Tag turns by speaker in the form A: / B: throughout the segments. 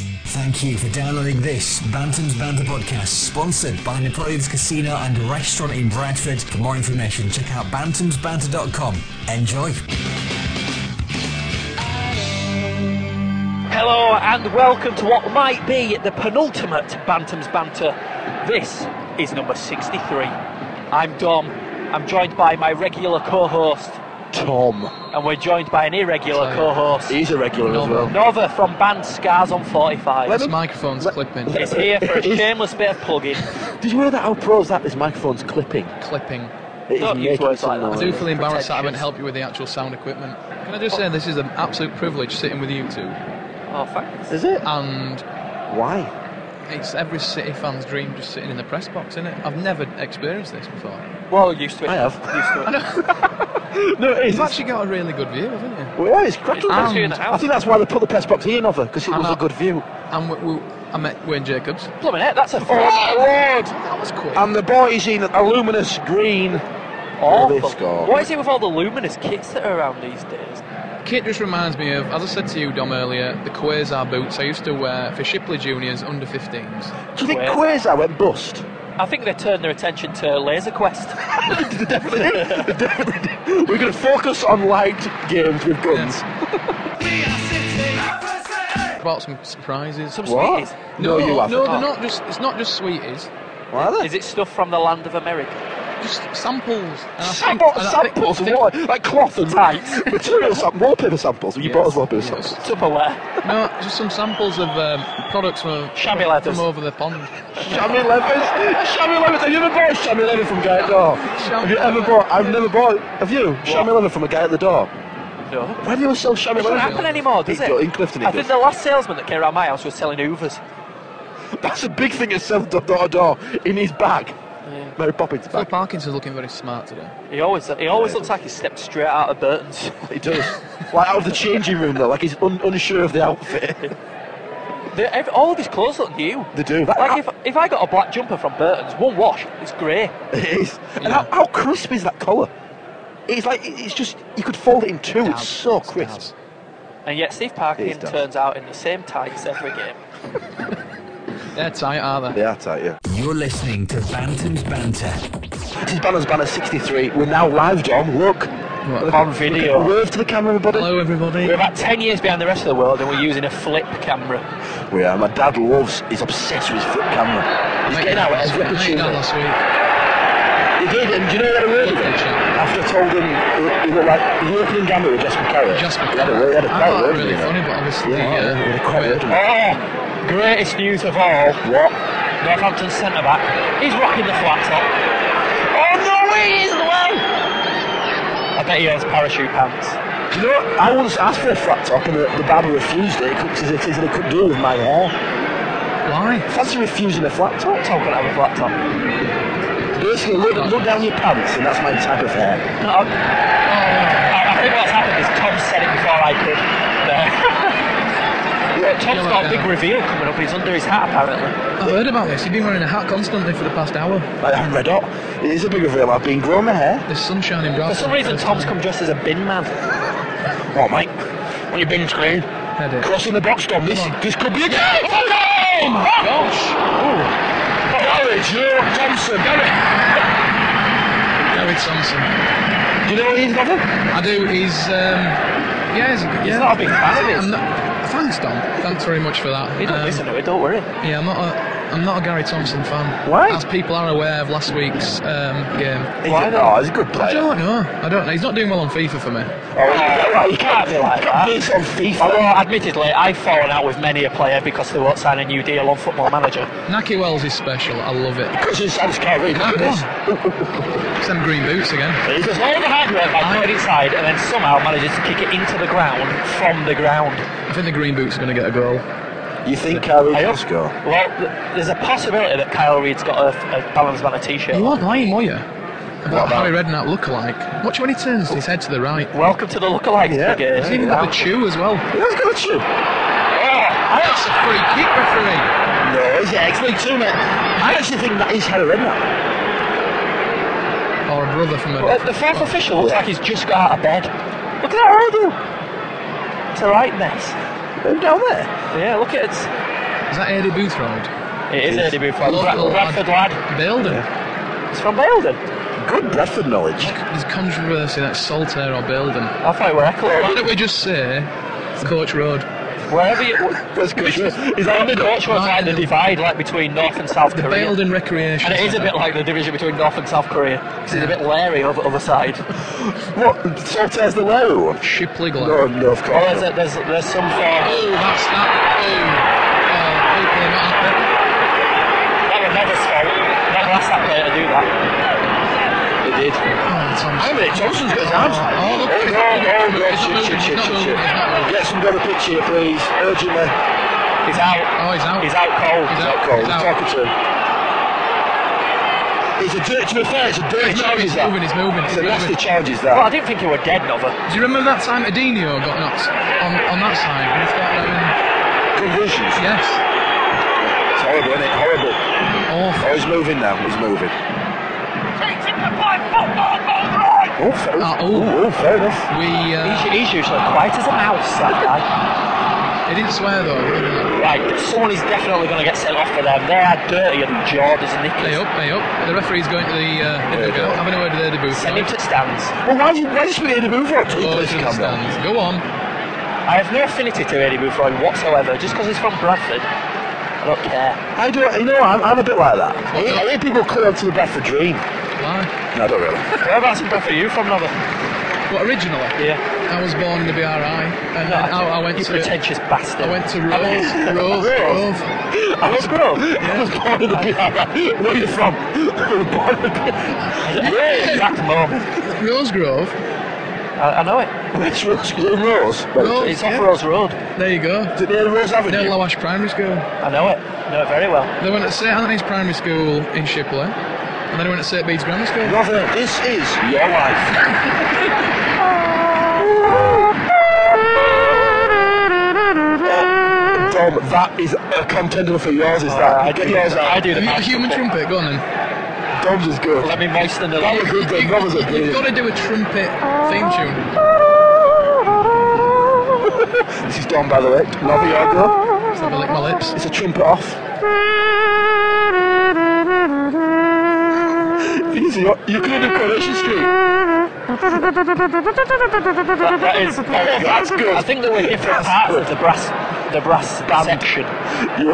A: Thank you for downloading this Bantam's Banter podcast, sponsored by Napoleon's Casino and Restaurant in Bradford. For more information, check out bantamsbanter.com. Enjoy.
B: Hello and welcome to what might be the penultimate Bantams Banter. This is number 63. I'm Dom. I'm joined by my regular co host,
C: Tom.
B: and we're joined by an irregular
D: Sorry.
B: co host,
C: He's a regular as well.
B: Nova from Band Scars on 45.
D: This microphone's clipping.
B: Is here for a shameless bit of plugging.
C: Did you hear that? How pro is that? This microphone's clipping.
D: clipping.
C: It is
B: Don't use
C: making
B: words
C: some
B: like
D: I
B: that.
D: do
C: noise.
D: feel embarrassed that I haven't
B: Pretentious.
D: helped you with the actual sound equipment. Can I just say this is an absolute privilege sitting with you two,
B: Oh, thanks.
C: Is it?
D: and
C: Why?
D: it's every City fan's dream just sitting in the press box, isn't it? I've never experienced this before.
B: Well, used to it.
C: I have.
B: Used to it.
C: No, it is.
D: You've actually got a really good view, haven't you?
C: Well, yeah, it's cracking.
B: It's
D: actually in the
C: I
B: house.
C: think that's why they put the press box here, Nova, because it
D: I
C: was
D: know.
C: a good view.
D: And we, we, I met Wayne Jacobs.
B: Blimey, heck, that's a
C: Oh, Lord!
D: That was quick.
C: And the boys in a luminous green.
B: awful.
C: This guy.
B: What is it with all the luminous kits that are around these days?
D: Kit just reminds me of, as I said to you, Dom earlier, the Quasar boots I used to wear for Shipley Juniors under 15s.
C: Do you think
B: Well-
C: Quasar went bust?
B: I think they turned their attention to Laser Quest.
C: We're going to focus on light games with guns.
D: Bought some surprises.
B: Some
C: What?
B: sweeties.
C: No, you haven't.
D: No, they're
B: Oh.
D: not just. It's not just sweeties.
C: Why are they?
B: Is it stuff from the land of America?
D: Just samples. And I think-
C: Sample,
D: and Uh, I think-
C: samples of what? Like cloth and
B: Tights.
C: Material sam- wallpaper samples. You
D: Yes.
C: bought us wallpaper
D: Yes.
C: samples.
B: Tupperware.
D: No, just some samples of um, products from
B: Shabby letters.
D: from over the pond.
C: Shammy Levis. Shammy Levis. Have you ever bought Shammy Levis from a guy at the door?
D: Shammy
C: Have you ever
D: Levis.
C: bought? I've never bought. Have you? Shammy Levis from a guy at the door.
B: No.
C: Why do you sell Shammy
B: It doesn't
C: Levis?
B: happen anymore, does
C: It do-
B: it?
C: in Clifton it
B: I think
C: does.
B: the last salesman that came around my house was selling Hoovers.
C: That's a big thing that sells door to door in his bag. Mary Poppins
D: Phil
C: bag.
D: Parkinson's looking very smart today.
B: He always he always looks like he stepped straight out of Burton's.
C: He does. Like out of the changing room though, like he's un- unsure of the outfit.
B: They- ev- all of his clothes look new.
C: They do. That,
B: Like if, if I got a black jumper from Burton's, one wash, it's grey.
C: it is. And how, how crisp is that collar? It's like it- it's just you could fold it in two. It's so crisp.
B: And yet Steve Parkin
C: He's done.
B: turns out in the same tights every game.
D: They're tight, are they?
C: Yeah, tight. Yeah.
A: You're listening to Bantam's Banter.
C: This is Banners Banner 63. We're now live, Dom. Look. Look-
B: On video.
C: look- Wave to the camera, everybody.
D: Hello, everybody.
B: We're about 10 years behind the rest of the world and we're using a flip camera.
C: We are. My dad loves. He's obsessed with his flip camera. He's
D: Mate,
C: getting out at every
D: mate, done
C: opportunity.
D: last week.
C: He did, and do you know what I really
D: Lovely
C: did?
D: chap.
C: After I told him, we- we were like, the opening gambit with Jasper Carrot.
D: Jasper
C: He had a, he
D: Carrot.
C: had a
D: I
C: quite
D: thought
C: word,
D: really
C: you know.
D: funny, but obviously,
C: Yeah,
D: uh,
C: yeah, he had a quite word.
B: Oh, greatest news of all.
C: What?
B: Northampton centre back. He's rocking the flat top. Oh no, he is the way! I bet he has parachute pants.
C: Do you know what? I once asked for a flat top and the, the barber refused it because he said he couldn't do it with my hair.
D: Why?
C: Fancy refusing a flat top?
B: Tom could have a flat top.
C: Basically, look, look down your pants and that's my type of hair.
B: No, I, I think what's happened is Tom said it before I could. No. Tom's got a big reveal coming up. He's under his hat apparently.
D: I've heard about this. You've been wearing a hat constantly for the past hour.
C: Like, I'm red hot. It is a big reveal. I've been growing my hair.
D: There's sunshine in
B: For
D: Bradford.
B: some reason,
D: First
B: Tom's
D: time.
B: come dressed as a bin man.
C: Oh, mate. On your bin screen.
D: Headache.
C: Crossing the box, Dom. This,
D: Come on.
C: this could be a game. Oh, my gosh. Garage, Lord Thompson. Garage.
D: David Thompson.
C: Do you know what he's got?
D: I do. He's. Um, yeah, he's, yeah.
B: He's not a big fan of
D: I'm
B: it.
D: not- Thanks, Dom. Thanks very much for that.
B: He don't
D: Um,
B: listen to it. Don't worry.
D: Yeah, I'm not a, I'm not a Gary Thompson fan.
C: Why?
D: As people are aware of last week's um, game.
C: Why not? Oh, he's a good
D: I
C: player.
D: don't know. I don't know. He's not doing well on FIFA for me.
C: Oh, you can't be like that. He's on
B: Although,
C: FIFA.
B: admittedly, I've fallen out with many a player because they won't sign a new deal on Football Manager.
D: Naki Wells is special. I love it.
C: Because his son's can't read this.
D: It's them green boots again.
B: He does all the hard work by putting it inside and then somehow manages to kick it into the ground from the ground.
D: I think the green boots are going to get a goal.
C: You think Carrie
B: I
C: can
B: hope-
C: score?
B: Well, th- there's a possibility that Kyle Reid's got a, a Balanced Man a t-shirt.
D: You
B: on.
D: weren't lying, were you?
C: What
D: What
C: about-
D: Harry Redknapp look like? Watch when he turns his head to the right.
B: Welcome to the lookalikes
C: Yeah.
B: brigade.
D: He's even got the chew as well.
C: Let's go to you.
D: That's a free kick referee.
C: No, he's actually two, mate. I actually think that he's had a red now.
D: Or a brother from a.
B: Uh, the fourth official looks
C: Yeah.
B: like he's just got out of bed. Look at that hurdle. It's a right mess.
C: Him down there.
B: Yeah, look at it.
D: Is that Eddie Boothroyd?
B: It is Eddie Buffon.
D: Local
B: Bradford lad.
D: Belden.
B: It's from Baildon.
C: Good Bradford knowledge.
D: There's controversy that Saltaire or Belden.
B: I thought it were
D: Why
B: Eccles.
D: don't we just say Coach Road?
B: Wherever you...
C: That's good.
B: Is that the Dutch was like the divide like between North and South
D: The
B: Korea?
D: Belden Recreation.
B: And it is a
D: Centre.
B: bit like the division between North and South Korea. 'cause it's a bit leery over the other side.
C: What? Saltaire's the lower one?
D: Shipley Glen.
C: No, no, of
B: Or
C: course.
B: there's, a, there's, there's some form...
D: Oh, that's Oh, uh, that.
B: That would never stop. Never asked that player to do that.
C: It did.
D: Oh, hopefully not.
C: I mean, Johnson's got his arms.
D: Oh, look.
C: Oh, no, no, no, shit, shit, shit, shit, shit.
D: Oh,
C: Get some better pitch here, please. Urgently.
B: He's out.
D: Oh, he's out.
B: He's out cold.
D: He's
C: Not
D: out.
C: cold.
D: He's out.
C: Talking to him. It's a dirty affair. It's a dirty
D: He's
C: challenge.
D: moving, he's
C: that.
D: moving, he's moving,
C: It's
D: he's
C: a nasty
D: moving.
C: challenge. Is
B: Well, I
C: that?
B: didn't think he were dead, Nova.
D: Do you remember that time Adinio got knocked on, on that side? And he thought that
C: Convulsions.
D: in, yes,
C: It's horrible, isn't it? Horrible.
D: awful.
C: Oh, he's moving now. He's moving. Oh, fair enough.
D: Ah, ooh.
C: Ooh, ooh, fair enough.
D: We uh,
B: He's, he's usually quiet as a mouse, that guy.
D: he didn't swear though. did
B: Right, someone is definitely going to get sent off for them. They are dirtier than Jordans and
D: he? Hey
B: Nicholas.
D: up, hey up. The referee's going to the uh,
C: There you go.
D: having a word with Eddie
B: Send him to
D: Booth.
B: the stands.
C: Well, why did why did we need to move
B: Oh,
C: on?
D: Go
C: Please,
D: to the
C: come down.
D: stands. Go on.
B: I have no affinity to Eddie Buffon whatsoever, just because he's from Bradford. I don't care.
C: I do. You know, I'm, I'm a bit like that.
B: Oh,
C: I hate, I hate people call up to the Bradford Dream.
D: Why?
C: No, I don't really.
B: Whereabouts in Bradford are you from, Nova?
D: Well, originally,
B: Yeah.
D: I was born in the BRI, and
B: No,
D: then I, I went
B: you
D: to
B: pretentious bastard.
D: I went to Rove,
C: Rove.
D: Rove, Rove.
C: I was grown. I was born in the BRI. Where are you from? I was born in the BRI. Yeah,
B: Exact moment.
D: Rose Grove.
B: I, I know it.
C: Which Rose? Rose?
D: Rose.
B: It's off Rose Road.
D: There you go.
C: Did they have Rose
D: Near
C: Avenue?
D: Lowash Primary School.
B: I know it. I know it very well.
D: They went to St Anthony's Primary School in Shipley, and then I went to St Bede's Grammar School.
C: Brother, this is your life. Tom, that is a contender for yours, is that?
B: Oh, I
C: Get
B: do-
C: yours
B: I
C: out.
B: do
D: Have
B: the
D: you got a
B: maths
D: human
B: before.
D: trumpet? Go on then.
C: Tom's is good.
B: Let me moisten the
C: That was
B: lips.
C: good, then. That was a
D: You've got
C: brilliant.
D: to do a trumpet theme tune.
C: This is Dom, by the way. Love your girl.
D: Just have a lick my lips.
C: It's a trumpet off. Thing is, you're, you could have done Coronation Street.
B: That is very good.
C: That's good.
B: I think there were different parts of the brass, the brass section.
C: You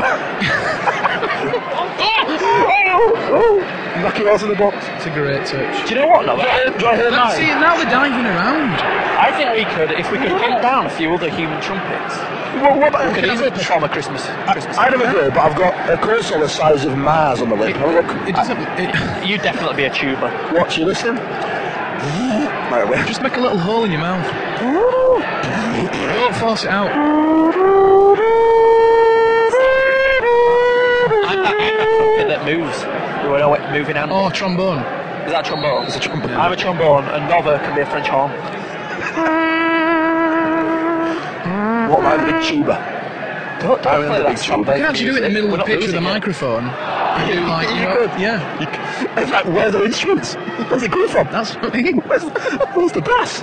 C: Knock your ass in the box.
D: It's a great touch.
B: Do you know what, Nova?
C: Do I hear
D: Now, see,
C: mine?
D: now they're diving around.
B: I think we could, if we could pin down a few other human trumpets,
C: What, what about
B: we could easily
C: I,
B: perform a Christmas. Christmas.
C: I don't agree, but I've got a console the size of Mars on the lip. Have a look.
D: It doesn't. It,
B: You'd definitely be a tuber.
C: Watch, you listen. Right, wait.
D: just make a little hole in your mouth. Don't force it out.
B: I'm that trumpet that moves. You know, it moving hand.
D: Oh, trombone.
B: Is that a trombone?
C: It's a trumpet.
B: I'm a trombone, and Nova can be a French horn.
C: What about the big tuba?
B: Don't,
C: I'm
B: don't
C: in
B: play
C: the
B: that
C: big
B: trombone.
C: tuba.
D: You can actually do it in the middle
B: We're
D: of the
B: not
D: pitch with a
B: losing it.
D: microphone. You do like, you
C: You
D: know,
C: could.
D: yeah.
C: You c- In fact, where are the instruments? Where's it coming from?
D: That's what I mean.
C: Where's, where's the brass?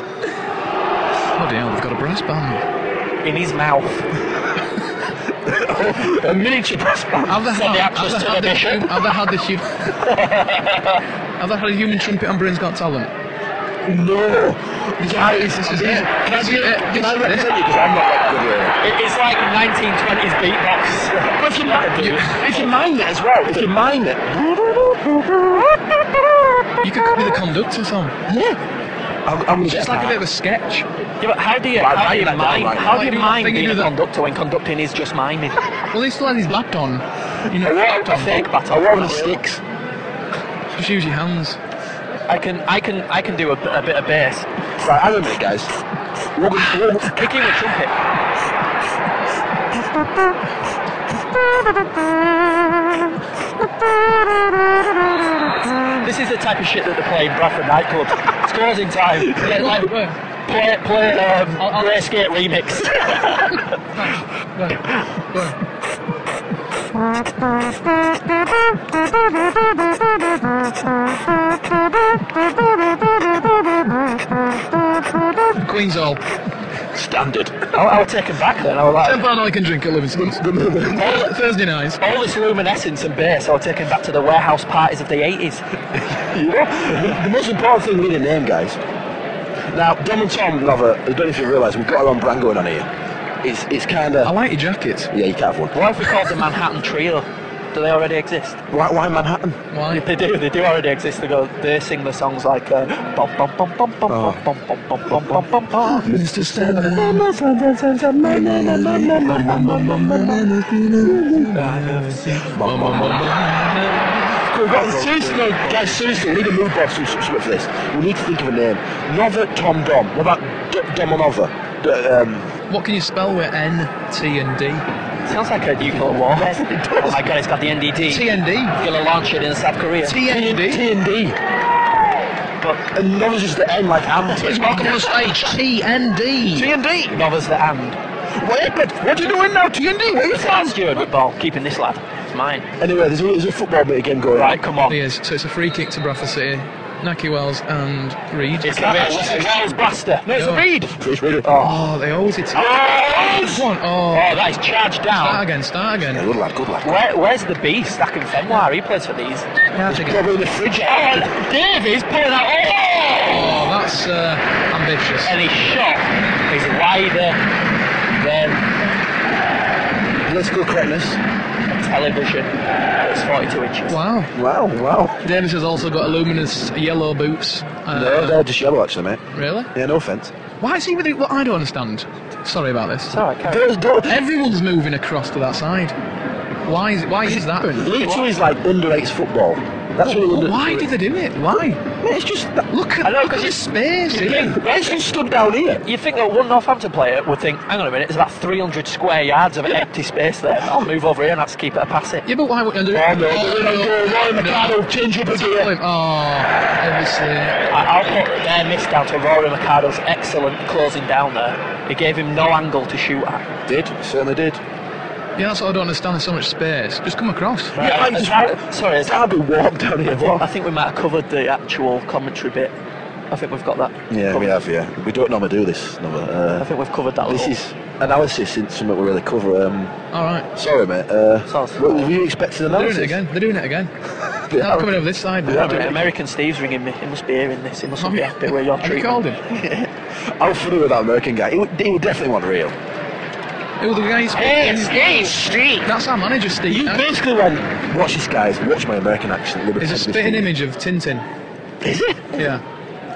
D: Bloody hell, they've got a brass band.
B: In his mouth.
C: A miniature brass band.
D: Have they
B: Send the
D: had,
B: actors to the
D: have they had, the,
B: mission.
D: hu- have they had the hu- Have they had a human trumpet on Britain's Got Talent?
C: No. Guys,
D: this
C: I'm
D: is
C: being-
D: it.
C: Can I
D: This
C: be
D: is it.
C: Can I
D: This is
C: represent
D: it.
C: you? Because I'm not that good at it.
B: It- It's like 1920s beatbox.
C: But if you, mi- you, if you mind it as well, if you mind it.
D: You could be the conductor, Tom.
C: Yeah. I'm, I'm gonna
D: It's
C: get
D: like a
C: that.
D: bit of a sketch.
B: Yeah, but how do you,
C: Right,
B: how do
C: right,
B: you
C: right,
B: mind,
C: right,
B: how do
D: right.
B: you
D: Do that
B: mind
D: thing you
B: being
D: do
B: a
D: that-
B: conductor when conducting is just miming?
D: Well, he still had his bat on. You know,
C: I
D: bat
C: want a
D: on.
C: fake battle. I want the sticks.
D: Just use your hands.
B: I can, I can, I can do a, bit- a bit of bass.
C: Right, hang on a minute, guys. We're
D: Ah.
C: gonna, we're gonna,
B: Picking a trumpet. This is the type of shit that they play in Bradford nightclubs. It's closing time. Yeah, like, play, play, um,
D: I'll- I'll-
B: Grayscale remix.
D: Queen's Hall.
C: Standard. I, I was taken back then. I was like,
D: £10 I can drink at Livingston's. Thursday nights.
B: All this luminescence and bass are taken back to the warehouse parties of the 80s.
C: Yeah. the most important thing really name, guys. Now, Dom and Tom Lover, I don't know if you realise, we've got our own brand going on here. It's, it's kind
D: I
C: of...
D: like your jacket.
C: Yeah, you can't have one.
B: What if we called the Manhattan Trio? Do they already exist?
C: Why, why Manhattan?
D: Why?
B: They do. They do already exist. They go. They sing the songs like. Uh, bum, bum, bum, bum, bum,
C: Oh.
B: bum, bum, bum, bum, bum, bum, bum, bum.
C: Mr. Stanley. We've got seriously, no, guys, seriously, we need a move board some substitute for this. We need to think of a name. Nova Tom Dom. What about D- Dom and Nova? D- um,
D: What can you spell with N, T, and D?
B: Sounds like a nuclear war. oh my god! It's got the NDD.
D: T and D.
B: Gonna launch it in South Korea.
D: T and D.
C: T and D.
B: But
C: And Nova's just the N like Hamilton.
D: Welcome to the stage. T and D.
C: T and D.
B: Nova's the and.
C: Wait, but what are you doing now, T and D? Where is
B: Sam
C: that?
B: Stewart with ball, keeping this lad. It's mine.
C: Anyway, there's a, there's a football bit game going
B: Right,
C: on.
B: come on.
D: Yes, so it's a free kick to Bradford City, Naki Wells and Reed.
B: It's gonna be a Wales blaster. No, it's a
D: No.
B: reed.
C: Chris Reader. Oh,
D: Oh, they always hit it. Start
B: Yes!
D: One.
B: Oh,
D: Oh,
B: that is charged
D: start
B: down.
D: again, start again.
C: good lad, good lad.
B: Where, where's the beast? That can Fenwire. He plays for these.
D: Yeah, take it.
C: Probably in the fridge.
B: Oh, Davies pulling out. Oh!
D: Oh, that's uh, ambitious.
B: And his shot is wider than
C: Political correctness.
B: television. It's 42 inches.
D: Wow.
C: Wow, wow.
D: Davis has also got luminous yellow boots.
C: No,
D: Uh,
C: they're just yellow, actually, mate.
D: really?
C: Yeah, no offence.
D: Why is he with it? Well, I don't understand. Sorry about this.
B: It's all right, carry on.
C: There's no-
D: Everyone's moving across to that side. Why is why is that?
C: League Two is like under eights football. That's what under.
D: Why do they do it? Why?
C: Mate, it's just that.
D: Look
B: I
D: at
B: know,
D: look at
B: 'cause
D: the space.
C: Hey,
D: here.
C: why is he stood down here?
B: You'd think that one Northampton player would think, hang on a minute, there's about 300 square yards of empty space there. I'll move over here and that's keep it a pass it.
D: Yeah, but why wouldn't they do it?
C: Oh no, they're gonna go round the
D: No.
C: Ricardo, change up again.
D: Oh, obviously.
B: I- I'll put their miss down to Rory Ricardo's excellent closing down there. It gave him no angle to shoot at.
C: Did, certainly did.
D: Yeah, that's what I don't understand. There's so much space. Just come across.
C: Yeah, I'm just-
B: Sorry, sorry, is that-
C: Derby walked down here.
B: I think we might have covered the actual commentary bit. I think we've got that.
C: Yeah, we
B: covered.
C: have, yeah. We don't normally do this, no, but,
B: I
C: uh,
B: think we've covered that.
C: This
B: little-
C: is analysis, isn't something we really cover. Um,
D: All right.
C: sorry, mate. Uh,
B: Sounds-
C: what, were you expecting
D: They're
C: analysis?
D: doing it again. They're doing it again.
C: They
D: Now
C: are.
D: coming over this side.
B: Wait a minute, American Steve's ringing me. He must be hearing this. He must
D: Have
B: be
D: you-
B: happy with your
D: have you
B: treatment.
D: called him?
C: How funny with that American guy? He would, he would definitely want real.
D: Who the guys?
B: Steve, Steve.
D: That's our manager, Steve.
C: You basically went, watch this, guys. Watch my American accent.
D: It's a spitting image of Tintin.
C: Is it?
D: Yeah.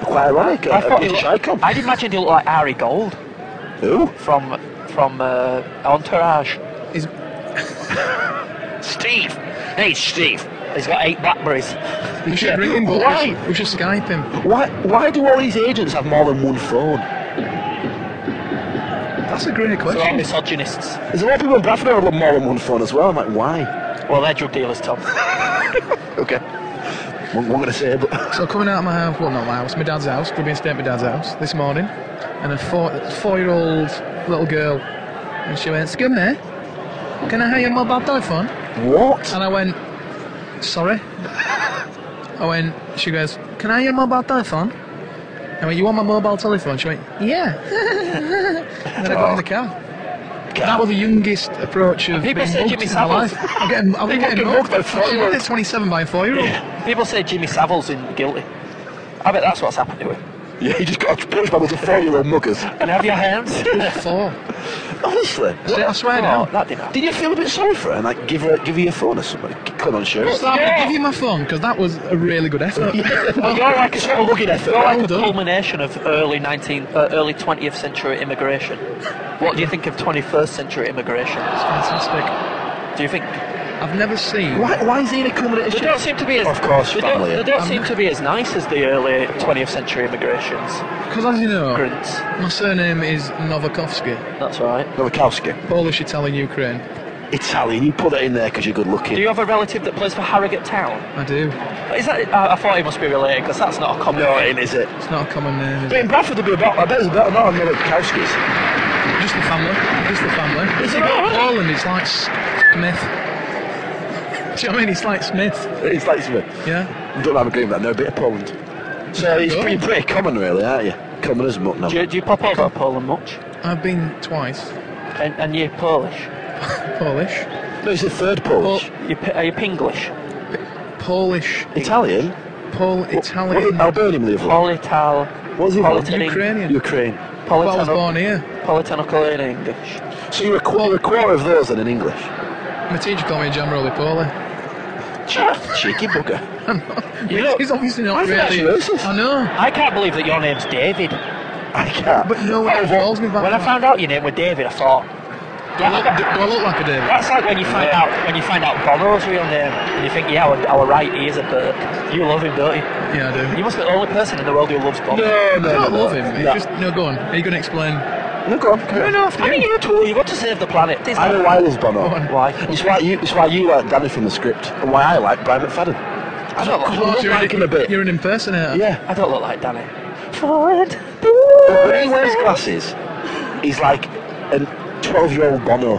C: Quite ironic.
B: I
C: a- a
B: thought he
C: British
B: looked,
C: icon.
B: I'd imagine he looked like Ari Gold
C: Who?
B: from from uh, Entourage.
D: He's,
B: Steve, hey Steve. He's got eight blackberries.
D: we should ring him, but we
C: Why?
D: should- we should Skype him.
C: Why, why do all these agents have more than one phone?
D: That's a great
B: They're all
D: question.
B: misogynists.
C: There's a lot of people in Bradford who have more than one phone as well. I'm like, why?
B: Well, they're drug dealers, Tom.
C: Okay. What am going to say, but
D: So coming out of my house, well not my house, my dad's house, we've been staying at my dad's house this morning, and a four four-year-old little girl, and she went, "Excuse me, can I have your mobile telephone?"
C: what?
D: And I went, "Sorry." I went. She goes, "Can I have your mobile telephone?" I went, "You want my mobile telephone?" She went, "Yeah." and then I got in the car. That was the youngest approach of
B: People
D: being
B: say
D: mugged
B: Jimmy
D: in my
B: Savile's.
D: life. I'm getting, I'm getting
C: get mugged
D: mugged.
C: by four-year-olds.
D: It's 27 by a four-year-old.
B: People say Jimmy Savile's in guilty. I bet that's what's happened to him.
C: Yeah, you just got approached by a bunch of four-year-old muggers.
B: Can I have your hands?
D: Four.
C: Honestly.
D: See, I swear
B: Oh,
D: now.
B: that didn't happen.
C: Did you feel a bit sorry for her and like give her give her your phone or something? Come on, sure.
D: Stop, I'll give you my phone because that was a really good effort.
B: Well, you're like a sort of
C: Looking effort.
B: You're like
D: Well
B: the
D: done.
B: culmination of early 19th, uh, early 20th century immigration. What do you think of 21st century immigration?
D: Fantastic.
B: Do you think
D: I've never seen.
C: Why, why is he in a
B: they
C: combination?
B: don't seem to be as
C: Of course,
B: they don't,
C: family.
B: they don't seem to be as nice as the early 20th century immigrations.
D: Because as you know,
B: Grunts,
D: my surname is Novakovsky,
B: that's right.
C: Nowakowski.
D: Polish, Italian, Ukraine.
C: Italian. You put it in there because you're good
B: Do
C: looking.
B: you have a relative that plays for Harrogate Town?
D: I do.
B: Is that? I, I thought he must be related because that's not a common.
C: No, it ain't, is it?
D: It's not a common name. is
C: But
D: it?
C: in Bradford, there'll be about, I bet there's about another Nowakowskis.
D: Just the family. Just the family.
C: Is
D: you
C: it
D: got
C: not?
D: Poland, it's like Smith. Do you know what I mean? It's like Smith.
C: It's like something.
D: Yeah.
C: Don't have a green that, no, a bit of Poland. So it's
D: Good.
C: pretty, pretty common, really, aren't you? Common as muck now.
B: Do you, do you pop over to Poland much?
D: I've been twice.
B: And, and you're Polish.
D: Polish.
C: No, it's the third Polish.
B: You're, P- are you Pinglish?
D: Polish.
C: Italian?
D: Pol
C: What
D: Italian.
C: did Albanian live on?
B: Polital.
C: What's the other one?
B: Politan-
D: Ukrainian.
C: Ukraine.
D: Well, I was
B: Politano-
D: born here.
B: Politanical in English.
C: So you're a, qu- you're a quarter of those then in English.
D: My teacher called me Jamroli Poli.
C: Che- Cheeky bugger. You know-
D: He's obviously not
C: I think that's
D: really.
C: racist.
D: I know.
B: I can't believe that your name's David.
C: I can't.
D: But no one
C: Oh,
D: involves me back
B: When I
D: then.
B: found out your name was David, I thought
D: Do I look, do I look like a David?
B: that's like when you find
C: Yeah.
B: out when you find out Bono's real name, and you think, yeah, I were, I were right. He is a Burke. You love him, don't you?
D: Yeah, I do.
B: You must be the only person in the world who loves Bono.
C: No, no,
D: I
C: no,
D: don't
C: no.
D: love him. mate.
C: No.
D: Just no, go on. Are you going to explain?
C: No, go on. carry on.
B: I mean, you two, you've got to save the planet. It's
C: I know
B: like-
C: why I love Bono.
D: Go on.
B: Why?
C: It's why you. It's why you like Danny from the script, and why I like Brian McFadden. I don't like, I
D: you're,
C: don't like him a bit.
D: you're an impersonator.
C: Yeah,
B: I don't look like Danny. Forward.
C: but when he wears glasses, he's like a twelve-year-old Bono.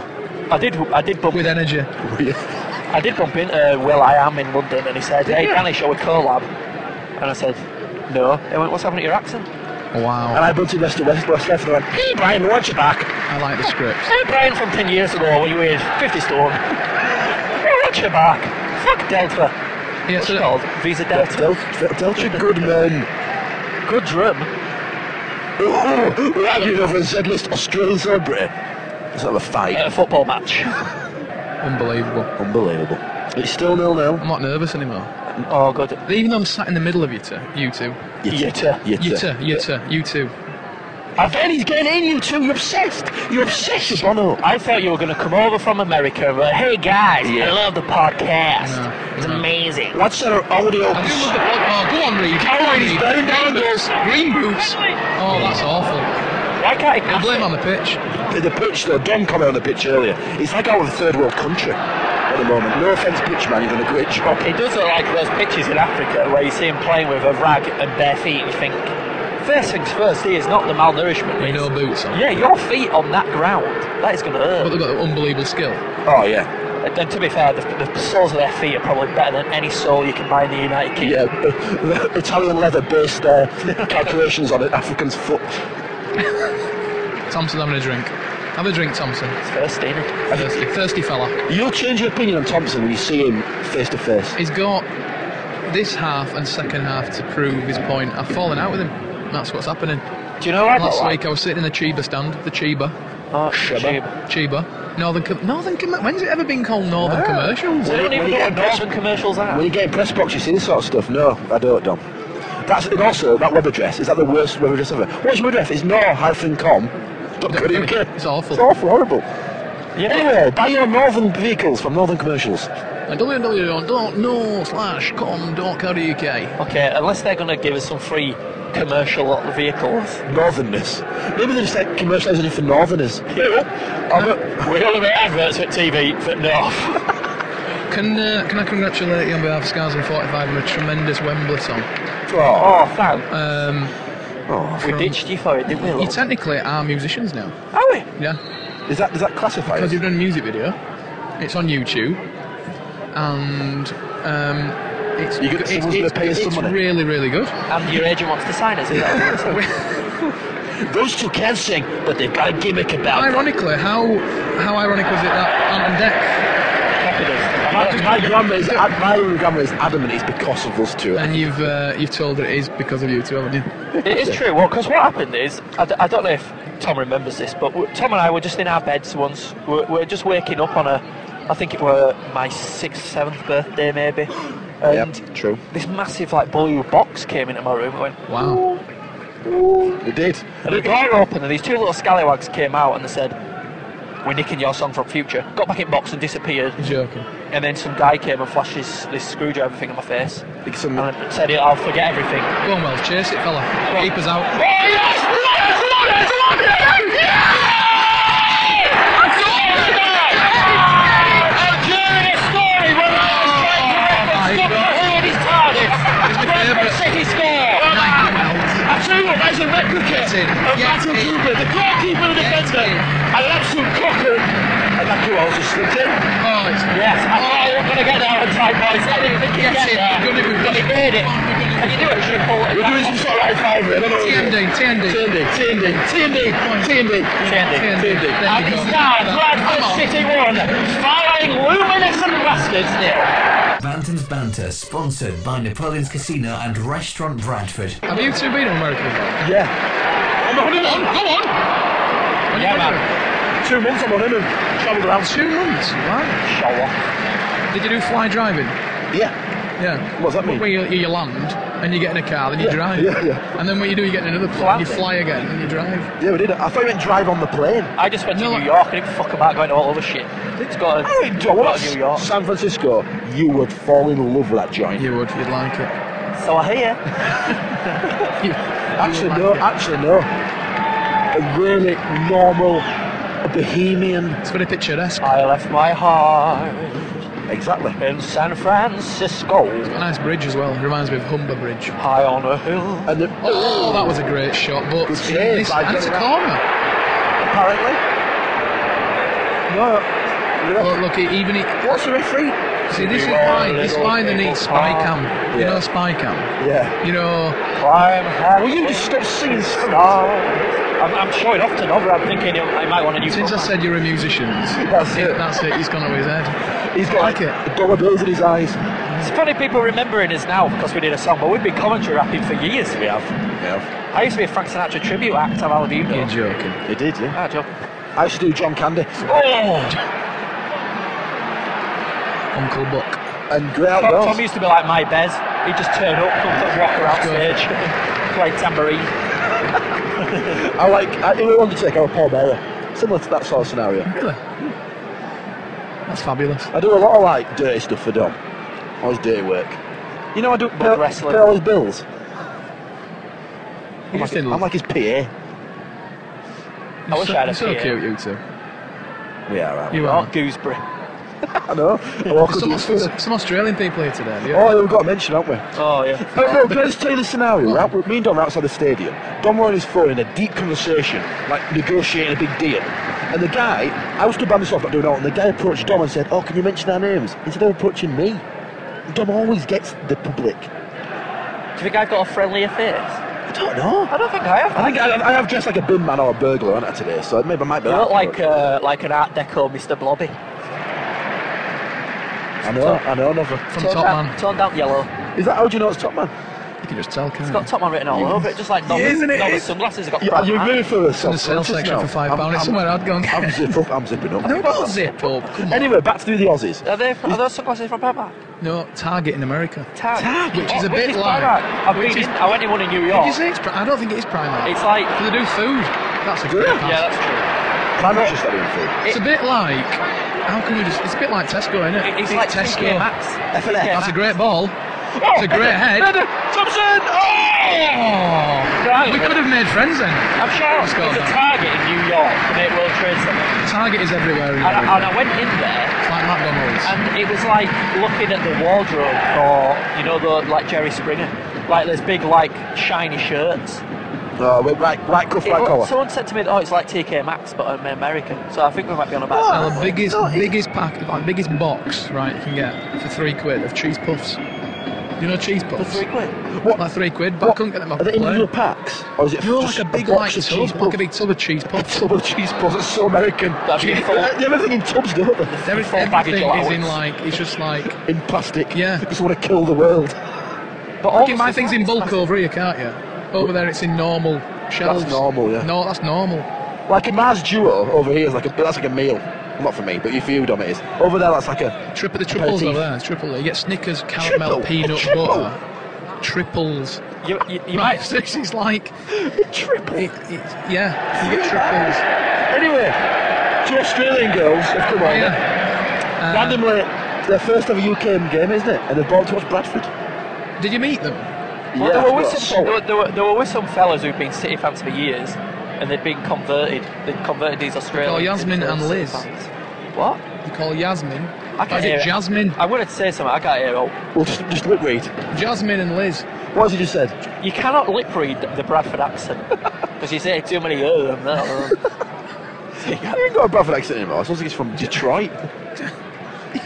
B: I did. I did bump.
D: With energy.
B: I did bump into uh, Will I Am in London, and he said, "Hey, Danny, shall we collab?" And I said, "No." He went, "What's happened to your accent?"
C: And
D: Wow.
C: I bunted Lester West West left and I went, Hey Brian, watch your back.
D: I like the script.
B: Hey, "Uh, Brian, from ten years ago, when you weighed fifty stone. Watch your back. Fuck Delta.
D: Yeah,
B: What's it
D: so
B: called? Visa
C: Del-
B: Delta.
C: Del- Delta Goodman.
B: Good drum.
C: Ooh, we're arguing over a Z-list Australian celebrity. Let's have a fight.
B: At a Uh, football match.
D: unbelievable.
C: Unbelievable. It's still nil nil.
D: I'm not nervous anymore.
B: Oh, good.
D: Even though I'm sat in the middle of you two, you two,
B: Yitter.
D: you two, you two, you two.
C: I bet he's getting in, you two. You're obsessed. You're obsessed with Bono.
B: I thought you were going to come over from America and be like, hey guys, I love the podcast.
D: No,
B: it's
D: no.
B: amazing.
C: What's our audio?
D: I do love the pod. Oh, go on, Reed. Go on,
C: Always
D: Reed.
C: burn down those
D: Green boots. Oh, that's awful.
B: Why can't it
D: I blame on the pitch.
C: The pitch, though, Don commented on the pitch earlier. It's like out of a third world country at the moment. No offence, pitch man, you've done a great job.
B: It does look like those pictures in Africa where you see him playing with a rag and bare feet. You think, first things first, he is not the malnourishment.
D: With no boots on.
B: Yeah, your feet on that ground, that is going to
D: But
B: hurt.
D: they've got unbelievable skill.
C: Oh, yeah.
B: And then to be fair, the, the soles of their feet are probably better than any sole you can buy in the United Kingdom.
C: Yeah, Italian leather based uh, calculations on an African's foot.
D: Thompson having a drink. Have a drink, Thompson.
B: It's thirsty, isn't it?
D: Thirsty, thirsty fella.
C: You'll change your opinion on Thompson when you see him face to face.
D: He's got this half and second half to prove his point. I've fallen out with him. That's what's happening.
B: Uh, Do you know what I
D: Last
B: don't
D: week I was sitting in the Chiba stand. The Chiba.
B: like? Oh, shit.
D: Chiba. Northern Com- Northern Com- When's it ever been called Northern Commercials?
B: I don't
C: When you-
B: even
C: when
B: know
C: you
B: what
C: get press-
B: Northern commercials
C: When
B: are.
C: you get in press box, you see this sort of stuff. No, I don't, Dom. That's and also that web address. Is that the worst web address ever? What's your web address? It's nor-com.
D: It's awful.
C: It's awful, horrible.
B: Yeah,
C: Anyway, buy your northern vehicles from Northern Commercials.
D: And www.no slash com.co.uk.
B: okay, unless they're going to give us some free commercial vehicles.
C: Northernness. Maybe they just like commercialising it for northerners.
B: We're going to make adverts at TV for North.
D: Can uh, can I congratulate you on behalf of Scars and 45 on a tremendous Wembley song?
C: Oh,
B: Oh, thank.
D: Um,
C: oh.
B: We
D: From-
B: ditched you for it, didn't we?
D: you
B: love?
D: technically are musicians now.
B: Are we?
D: Yeah,
C: Is that does that classify?
D: because
C: us?
D: you've done a music video. It's on YouTube, and um, it's
C: You get-
D: it's,
C: someone's
D: it's,
C: gonna pay us some
D: it's
C: money.
D: really really good.
B: And your agent wants to sign us, is that what it is?
C: Those two can sing, but they've got a gimmick about. them.
D: Ironically, how how ironic was it that Ant and Deck
C: My, my grandma is my grandma is adamant it's because of those two.
D: and you've uh, you've told that it is because of you two, haven't you?
B: It is true. Well, because what happened is, I, d- I don't know if Tom remembers this, but w- Tom and I were just in our beds once. We're, we're just waking up on a, I think it were my sixth, seventh birthday maybe, and
C: Yep, true.
B: this massive like blue box came into my room. It went,
D: Wow.
C: They did.
B: and the door opened, and these two little scallywags came out and they said, "We're nicking your song from Future." Got back in box and disappeared.
D: You're joking.
B: And then some guy came and flashed his, this screwdriver thing in my face
C: Like some-
B: and said, "I'll forget everything."
D: Go on, Wells, chase it, fella. Keep us out.
C: I tell you what, that's a replica
D: That's it.
C: of
D: Yeah,
C: Matthew
D: it-
C: Cooper, the goalkeeper and defender,
D: it.
C: and an absolute cocker. And that two holes just slipped in.
D: Oh, it's
B: Yes. Oh, we're going to get there on time, boys. I didn't think you'd
D: Yes,
B: get
D: it-
B: there.
D: we're gonna- we're
B: But
D: gonna-
B: you made it. And you do it through full.
C: We're doing some sort of high five here. I don't know what we're doing.
D: TMD, TMD.
C: TND, TND, TND, TND,
B: Chandy.
D: TND. There
B: And
D: you
B: it's
D: go.
B: now Bradford
D: Come on.
B: City 1, following Luminescent Bastards nil.
A: Bantam's Banter, sponsored by Napoleon's Casino and Restaurant Bradford.
D: Have you two been on American football?
C: Yeah. I'm on him.
D: Go on, go on. When
B: Yeah,
D: you
B: man.
D: went
C: Two months I'm on him. Travelled around.
D: there? Two months, right?
C: Show off.
D: Did you do fly driving?
C: Yeah.
D: Yeah.
C: What does that mean?
D: Where you, you land and you get in a car, then you
C: Yeah,
D: drive.
C: yeah, yeah.
D: And then what you do, you get in another plane, you
B: Landing.
D: fly again, and you drive.
C: Yeah, we did it. I thought you meant drive on the plane.
B: I just went to
D: No,
B: New
D: I-
B: York. I didn't fuck about going to all other shit. It's got
C: I
B: to,
C: mean,
B: it's
C: John,
B: got
C: what's
B: to New York.
C: San Francisco? You would fall in love with that joint.
D: You would, you'd like it.
B: So I hear.
D: You,
C: Actually,
D: you would
C: no.
D: like it.
C: Actually, no. A really normal, bohemian.
D: It's very picturesque.
B: I left my heart
C: Exactly.
B: in San Francisco,
D: A nice bridge as well. Reminds me of Humber Bridge.
B: high on a hill.
C: And the,
D: Oh, that was a great shot, but
C: Good save
D: this,
C: by
D: and it's a
C: Gerrard.
D: corner.
C: apparently. No.
D: But look, e, even he,
C: What's the referee?
D: see this is
B: Well,
D: why this is why they
B: little
D: need spy
B: car.
D: cam. You
C: Ah, Yeah.
D: know spy cam.
C: Yeah.
D: You know,
B: Climb high.
C: Will you just stop singing songs?
B: I'm, I'm showing off to Nova. I'm thinking he'll- I might want a new
D: since I
B: footband.
D: said you're a musician,
C: That's it.
D: that's it. He's gone over his head.
C: He's got
D: Like
C: like
D: it.
C: dollar bills in his eyes.
B: It's funny people remembering us now because we did a song, but we've been commentary rapping for years. We have.
C: Yeah.
B: I used to be a Frank Sinatra tribute act on
D: You're
B: Alabama.
D: joking.
C: He did, yeah.
B: Ah, job.
C: I used to do John Candy.
B: Oh,
D: Uncle Buck.
C: And Grey Out
B: Tom, Tom
C: Wells.
B: used to be like my Bez. He just turned up, come to rock around
D: Good.
B: stage, played tambourine.
C: I like, I, he wanted to take out Paul Bearer. Similar to that sort of scenario.
D: Really? That's fabulous.
C: I do a lot of like dirty stuff for Dom. Always dirty work. You know I do pay,
B: wrestling.
C: pay all his bills.
D: You just in
C: I'm
D: love.
C: like his PA.
B: I wish I had a
D: You're so
B: PA.
D: cute, you two.
C: We are, aren't we?
D: You
B: Oh,
D: are.
B: Gooseberry.
C: I know. I walk up
D: There's
C: to
D: Some,
C: his foot.
D: there's some Australian people here today. Yeah.
C: Oh, yeah, we've got to mention, haven't we?
B: Oh, yeah.
C: Oh, no, let's tell you the scenario, right? Me and Dom were outside the stadium. Dom were on his phone in a deep conversation, like negotiating a big deal. And the guy, I was stood by myself not doing all, and the guy approached Dom and said, Oh, can you mention our names? Instead of approaching me. Dom always gets the public.
B: Do you think I've got a friendlier face?
C: I don't know.
B: I don't think I have.
C: I think I, I have dressed like a bin man or a burglar, haven't I, today? So maybe I might be
B: You
C: that.
B: look like uh, like an Art Deco Mr. Blobby. uh,
C: I know, I know, never.
D: From
B: Tone
D: Top
B: down,
D: Man.
B: Tone down yellow.
C: Is that how do you know it's Top Man?
D: You can just tell, can't
B: It's
D: you?
B: got Top Man written all over it, just like Nova's,
C: isn't it?
B: Nova's sunglasses have got
C: Yeah,
B: Top
C: you're
B: Man.
C: really for
D: It's in the sales section for £5. pound. It's somewhere I'd go and
C: I'm
D: get it.
C: zip up, I'm zipping up.
D: No, don't zip up. Come on.
C: Anyway, back to the Aussies.
B: Are, they, are those sunglasses from Primark?
D: No, Target in America.
B: Tag. Oh,
D: Tag, which is a
B: What-
D: bit like-
B: Primark? I've
D: which
B: been
D: is-
B: in, I went in one in New
D: Did
B: York.
D: you say it's? Pri- I don't think it is Primark.
B: It's like,
D: They do food. That's a good.
C: Yeah.
B: yeah, that's true.
C: I'm not just that
D: It's a bit like. How can you just? It's a bit like Tesco, isn't it?
B: It's like TK Maxx.
C: FNF.
B: TK
D: That's a
B: Maxx.
D: great ball. It's a great head.
B: Thompson!
D: Oh,
B: Right.
D: we could have made friends then.
B: I'm sure
D: It's
B: it's
D: gone
B: a
D: now.
B: target in New York for the World Trade Center.
D: Target is everywhere in
B: And I, and
D: America.
B: I went in there,
D: It's like McDonald's.
B: and it was like looking at the wardrobe for, you know, the, like Jerry Springer. Like those big, like, shiny shirts.
C: No, wait, right, right cuff,
B: It
C: right
B: looked-
C: collar.
B: someone said to me, oh, it's like TK Maxx, but I'm American. So I think we might be on about
D: Now the biggest, biggest pack, like biggest box, right? You can get for three quid of cheese puffs. You know cheese
B: for
D: puffs.
B: three quid.
C: What?
D: Like three quid, but I
C: What?
D: couldn't get them off
C: Are
D: the
C: they
D: plane.
C: individual packs? Or is it
D: You're
C: just
D: like a big
C: box
D: like
C: of
D: tub,
C: cheese
D: like a
C: puffs?
D: big tub of cheese puffs.
C: Tub of cheese puffs, it's so American.
B: That'd be full.
C: They have everything in tubs, don't they?
D: Every-
B: Full package
D: everything is in
B: allowance.
D: like it's just like
C: In plastic.
D: Yeah.
C: They just want to kill the world.
B: But all
D: you can buy things in bulk over here, can't you? Over there, it's in normal shelves.
C: normal, yeah.
D: No, that's normal.
C: Like a Mars Duo over here is like a that's like a meal. Not for me, but if you done it is. Over there that's like a
D: Triple the triples
C: Aperitif.
D: over there. Triple. You get Snickers, caramel,
C: Triple?
D: peanut
C: Triple?
D: butter. Triples.
B: You, you, you
D: Right.
B: might.
D: So it's it's like
C: triple.
D: it, it's, yeah. You get triples.
C: Anyway, two Australian girls have come on.
D: Yeah. uh,
C: Randomly, their first ever UK game, isn't it? And they've bought to watch Bradford.
D: Did you meet them?
B: Well,
C: yeah,
B: there, were with
C: that's
B: some, there,
C: what-
B: were, there, were, there were with some fellas who've been City fans for years, and they'd been converted. They'd converted these Australians.
D: Oh, Yasmin
B: into
D: and
B: City
D: Liz.
B: fans. What?
D: You call Yasmin.
B: I
D: Or
B: can't
D: is
B: hear
D: it
B: it.
D: Jasmine?
B: I'm going to say something. I can't hear. All.
C: Well, just just lip read.
D: Jasmine and Liz.
C: What has he just said?
B: You cannot lip read the Bradford accent because you say too many. Uh, and that, uh. think.
C: You ain't got a Bradford accent anymore. It sounds like it's from Detroit.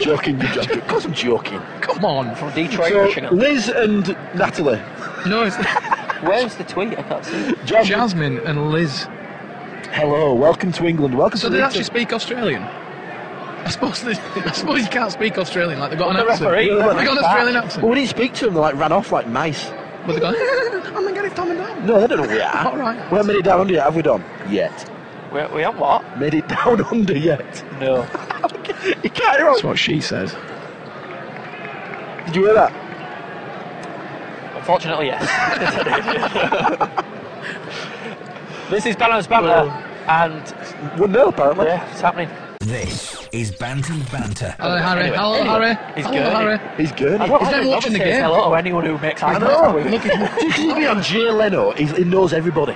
C: joking, you joking. Of course I'm joking.
D: Come on.
B: From Detroit,
C: So,
B: Michigan.
C: Liz and Natalie.
D: No, it's
B: Where's the tweet? I can't see it.
C: Jasmine,
D: Jasmine and Liz.
C: hello. Welcome to England. Welcome
D: So
C: to
D: they
C: the
D: actually speak Australian. I suppose they, I suppose you can't speak Australian like they've got an
B: the
D: accent.
B: referee-
D: They've got an Australian
C: But
D: accent.
C: we didn't speak to them. They like ran off like mice.
D: But they've got, oh my god, it's Tom and Dom.
C: No, they don't know where we are.
D: All right.
C: We haven't made it down under yet, have we, Dom? Yet.
B: We, we haven't what?
C: Made it down under yet.
B: No.
C: You can't hear us.
D: That's what she says.
C: Did you hear that?
B: Unfortunately, yes. this is Balance Banter, and
C: One nil apparently.
B: yeah, it's happening.
A: This is Bantam's Banter.
D: Hello, Harry.
B: anyway,
D: Hello,
B: anyway,
D: Harry.
B: he's
D: Hello,
B: good.
D: Harry.
C: He's good.
B: I don't
D: He's
B: think
D: then watching the
B: Robert says
D: game.
B: Hello to anyone who makes eye
C: I
B: contact
C: know.
B: with him.
C: oh, Look, he's on Jay Leno. He's, he knows everybody.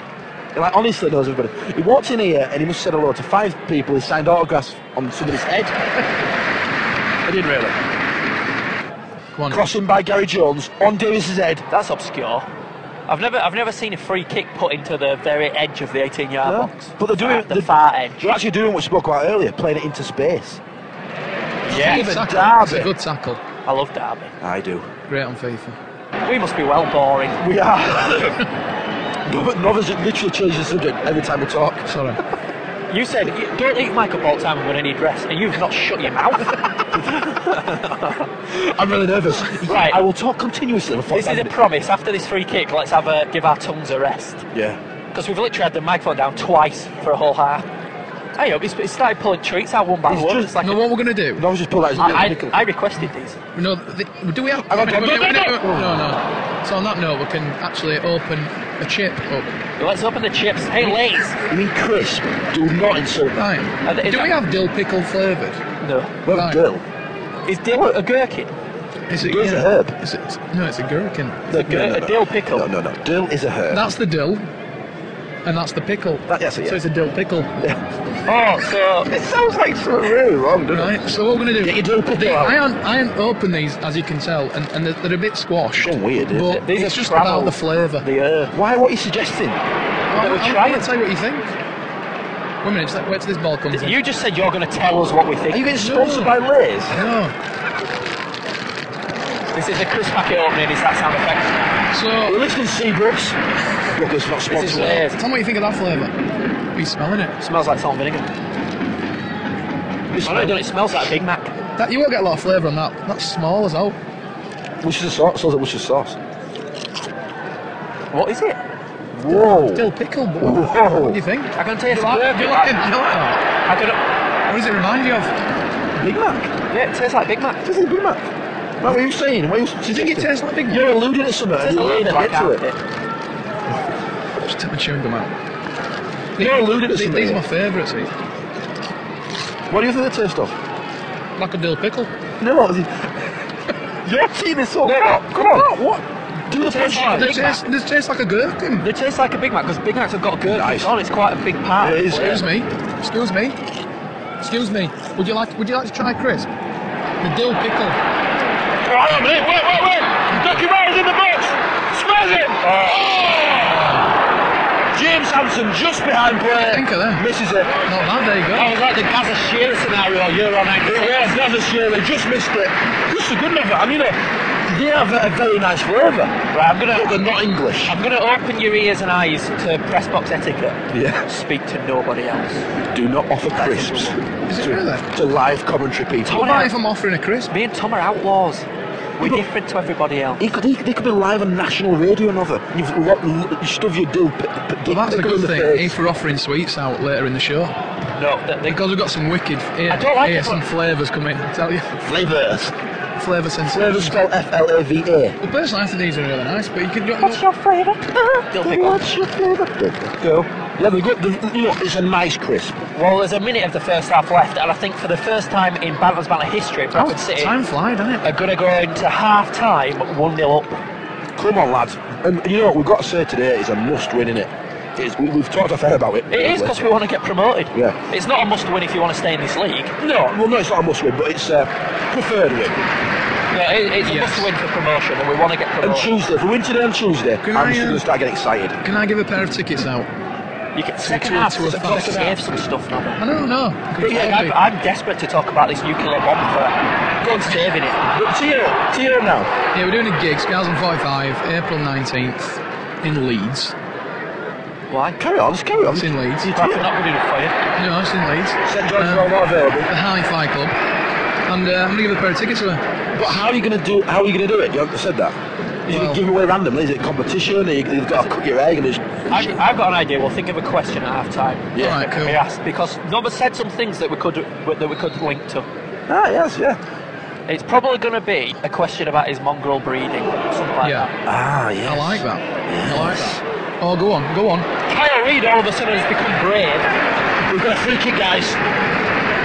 C: He, Like honestly knows everybody. He walks in here and he must have said hello to five people. He signed autographs on somebody's head. I didn't really.
D: Come on.
C: Crossing by Gary Jones on Davis's head.
B: That's obscure. I've never, I've never seen a free kick put into the very edge of the 18-yard
C: No.
B: box.
C: But they're doing
B: At the
C: they're-
B: far edge.
C: They're actually doing what we spoke about earlier, playing it into space.
D: Good
B: Yes,
D: tackle.
C: Darby.
D: It's a good tackle.
B: I love Derby.
C: I do.
D: Great on FIFA.
B: We must be well boring.
C: We are. no, but Novas literally changes the subject every time we talk.
D: Sorry.
B: You said "You- don't eat Michael Baltimore when any dress, and you've not shut your mouth.
C: I'm really nervous.
B: Right.
C: I will talk continuously. for
B: this is a
C: 45
B: promise. After this free kick, let's have a give our tongues a rest.
C: minutes. Yeah.
B: Because we've literally had the microphone down twice for a whole half. I hope it's, it's started pulling treats out one by
C: It's
B: one.
C: just-
B: It's like
D: No,
B: a,
D: what we're going to do.
C: Novas just pulled out his
B: I,
C: pickle.
B: I, I requested these.
D: No, the, do we have?
C: Hang on,
D: no,
C: no, no, no.
D: no, no. So on that note, we can actually open a chip up.
B: Let's open the chips. Hey, Lays.
C: You mean crisp? Do not insult me.
D: Right.
B: th- Uh, is
D: Do we
B: that-
D: have dill pickle flavoured?
B: No.
C: Well,
D: Right.
C: dill.
B: Is dill a gherkin?
D: Is it?
C: Dill's a herb.
D: Is it? No, it's a gherkin.
C: No,
B: a- a dill pickle.
C: No, no, no. Dill is a herb.
D: That's the dill, and that's the pickle.
C: That- yes, it
D: so
C: is.
D: it's a dill pickle.
B: Oh, so
C: It sounds like something really wrong, doesn't
D: Right. So what we're gonna do?
C: Get your dill pickle
D: the,
C: out.
D: I haven't, I haven't opened these, as you can tell, and, and they're, they're a bit squashed.
C: Gone weird, isn't
D: but
C: it?
B: These
D: it's
B: are
D: just
B: travel.
D: about the flavour.
B: the herb.
C: it? uh, Why? What are you suggesting?
D: I,
B: we're
D: I,
B: trying.
D: to tell you what you think. Wait a minute. Just like, wait till this ball comes in.
B: You just said you're going to tell us what we
C: Are you
B: think.
C: getting sponsored by Lays?
D: No.
B: This is the crisp packet opening. Is that sound effect?
D: So
C: We're listening to Seabrooks. Look, it's not
B: This is
C: sponsored.
B: Lays.
D: Tell me what you think of that flavour. Are you smelling it?
B: smells like salt and vinegar.
C: This
B: I don't. It smells like Big Mac.
D: That you won't get a lot of flavour on that. That's small as well.
C: Which is a sauce. Sauce. Which is sauce.
B: What is it?
C: Whoa.
D: Dill pickle. But
C: Whoa.
D: What do you think?
B: I can taste
D: Do you like-
B: it.
D: do you like it? Do you like that?
B: I can.
D: What does it remind you of?
C: Big Mac.
B: Yeah, it tastes like Big Mac.
C: This is Big Mac. Matt, what are you saying? What are you
D: Do you think it
C: suggesting?
D: tastes like Big
C: You're alluding to something.
B: It
C: and
B: tastes a
C: You
B: little bit
C: ain't get
B: like
C: to it.
B: that.
D: Just take my chewing gum out.
C: You're alluding to
D: These,
C: something.
D: these are my favourites. these.
C: What do you think it tastes of?
D: Like a dill pickle.
C: No. You're seeing this all. out. Come on. What? Do the
B: Tastes like
C: punchline.
D: They
B: Big
D: taste, they taste like a gherkin.
B: It tastes like a Big Mac because Big Macs have got gherkins
C: Nice.
B: on. It's quite a big part.
C: It is.
D: Excuse me. Excuse me. Excuse me. Would you like Would you like to try crisp? The dill pickle.
C: Hang on a minute, wait, wait, wait! Ducky Ryan's in the box! Squares it! James Hanson just behind play.
D: Think of that.
C: Misses it.
D: Not bad. There you go.
C: was Oh, like the Gaza Shearer scenario year on eight. It was Gaza Shearer, just missed it. Just a good enough. I mean, it. they have a very nice flavour. Right, I'm gonna. But they're not English.
B: I'm going to open your ears and eyes to press box etiquette.
C: Yeah.
B: Speak to nobody else.
C: Do not offer crisps.
D: Is
C: to,
D: it really?
C: To live commentary people.
D: What
B: wanna-
D: about if I'm offering a crisp?
B: Me and Tom are outlaws. We're different to everybody else.
C: He could, he, they could be live on national radio and other. You've lo- lo- you stuff your dill. P- p-
D: Well, that's the
C: pickle in
D: good
C: the
D: thing.
C: face.
D: If we're offering sweets out later in the show,
B: No, th- they,
D: because we've got some wicked here,
B: I don't like
D: here
B: it,
D: some
B: but-
D: flavours coming. I tell you,
C: Flavours.
D: flavour
C: Flavours
D: sensations.
C: spelled F L A V A.
D: Well, personally, I think these are really nice, but you could. You
B: What's your favourite? Dill pickle.
C: What's your favourite? Go. Yeah, they're good. They're, you know, it's a nice crisp.
B: Well, there's a minute of the first half left, and I think for the first time in Bantams Banter history, Bradford City
D: Oh, time fly, doesn't
B: are
D: it?
B: going to go into half time 1 0 up.
C: Come on, lads. And you know what we've got to say today is a must win, innit? It is, we, we've talked off air about it.
B: It is because we want to get promoted.
C: Yeah.
B: It's not a must win if you want to stay in this league.
C: No, well, no, it's not a must win, but it's a preferred win.
B: No, it, it's a
D: Yes.
B: must win for promotion, and we want to get
C: And
B: promoted.
C: Tuesday, if we win today on Tuesday,
D: Can
C: I'm
D: I,
C: just
D: um,
C: going to start getting excited.
D: Can I give a pair of tickets out?
B: You can,
D: to
B: second
D: a-
B: half,
D: to a
B: you can
D: fast-
B: save some stuff now.
D: I don't know.
B: But yeah, I'm, I'm desperate to talk about this nuclear bomb for God's saving it.
C: But cheer, cheer him now.
D: Yeah, we're doing a gig, Scales on 45, April 19th, in Leeds.
B: Why?
C: Carry on, just carry on.
D: It's in Leeds.
B: Apart from not good enough for you.
D: No, it's in Leeds.
C: St John's
D: Um,
C: Road not available.
D: the High Fly Club. And uh, I'm going to give a pair of tickets to her.
C: But how are you going to do? How are you going to do it? You haven't said that. You
D: Well-
C: can give away randomly. Is it competition? Are you, you've got to cook your egg and it's
B: I've, I've got an idea. We'll think of a question at half time.
C: Yeah.
D: Alright, cool.
B: We asked because Nobber said some things that we could that we could link to.
C: ah yes yeah
B: It's probably going to be a question about his mongrel breeding, something like
D: Yeah.
B: that.
C: ah yes.
D: I like that. I like that. Oh, go on, go on.
B: Kyle Reid all of a sudden has become brave.
C: We've got a free kick, guys.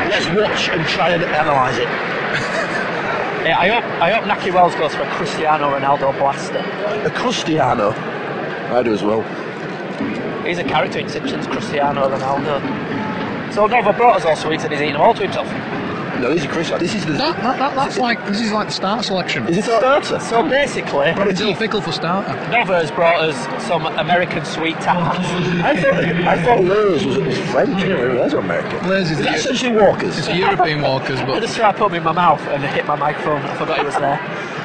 C: Let's watch and try and analyse it.
B: Yeah, I hope I hope Naki Wells goes for a Cristiano Ronaldo blaster.
C: A Cristiano. I do as well.
B: He's a character in Simpsons Cristiano Ronaldo. So Nova brought us all sweets and he's eating them all to himself.
C: No, these are Cristiano. This is the.
D: That, that, that, that's like, this is like the start selection.
C: Is it starter?
B: So basically,
D: It's all fickle for starter.
B: Nova has brought us some American sweet tapas.
C: I thought I thought Lurs was, was French. I didn't realise they were American.
D: Blaze is
C: Is
D: the,
C: that essentially Walkers?
D: it's the European Walkers,
B: I
D: but
B: just tried to put them in my mouth and it hit my microphone. I forgot it was there.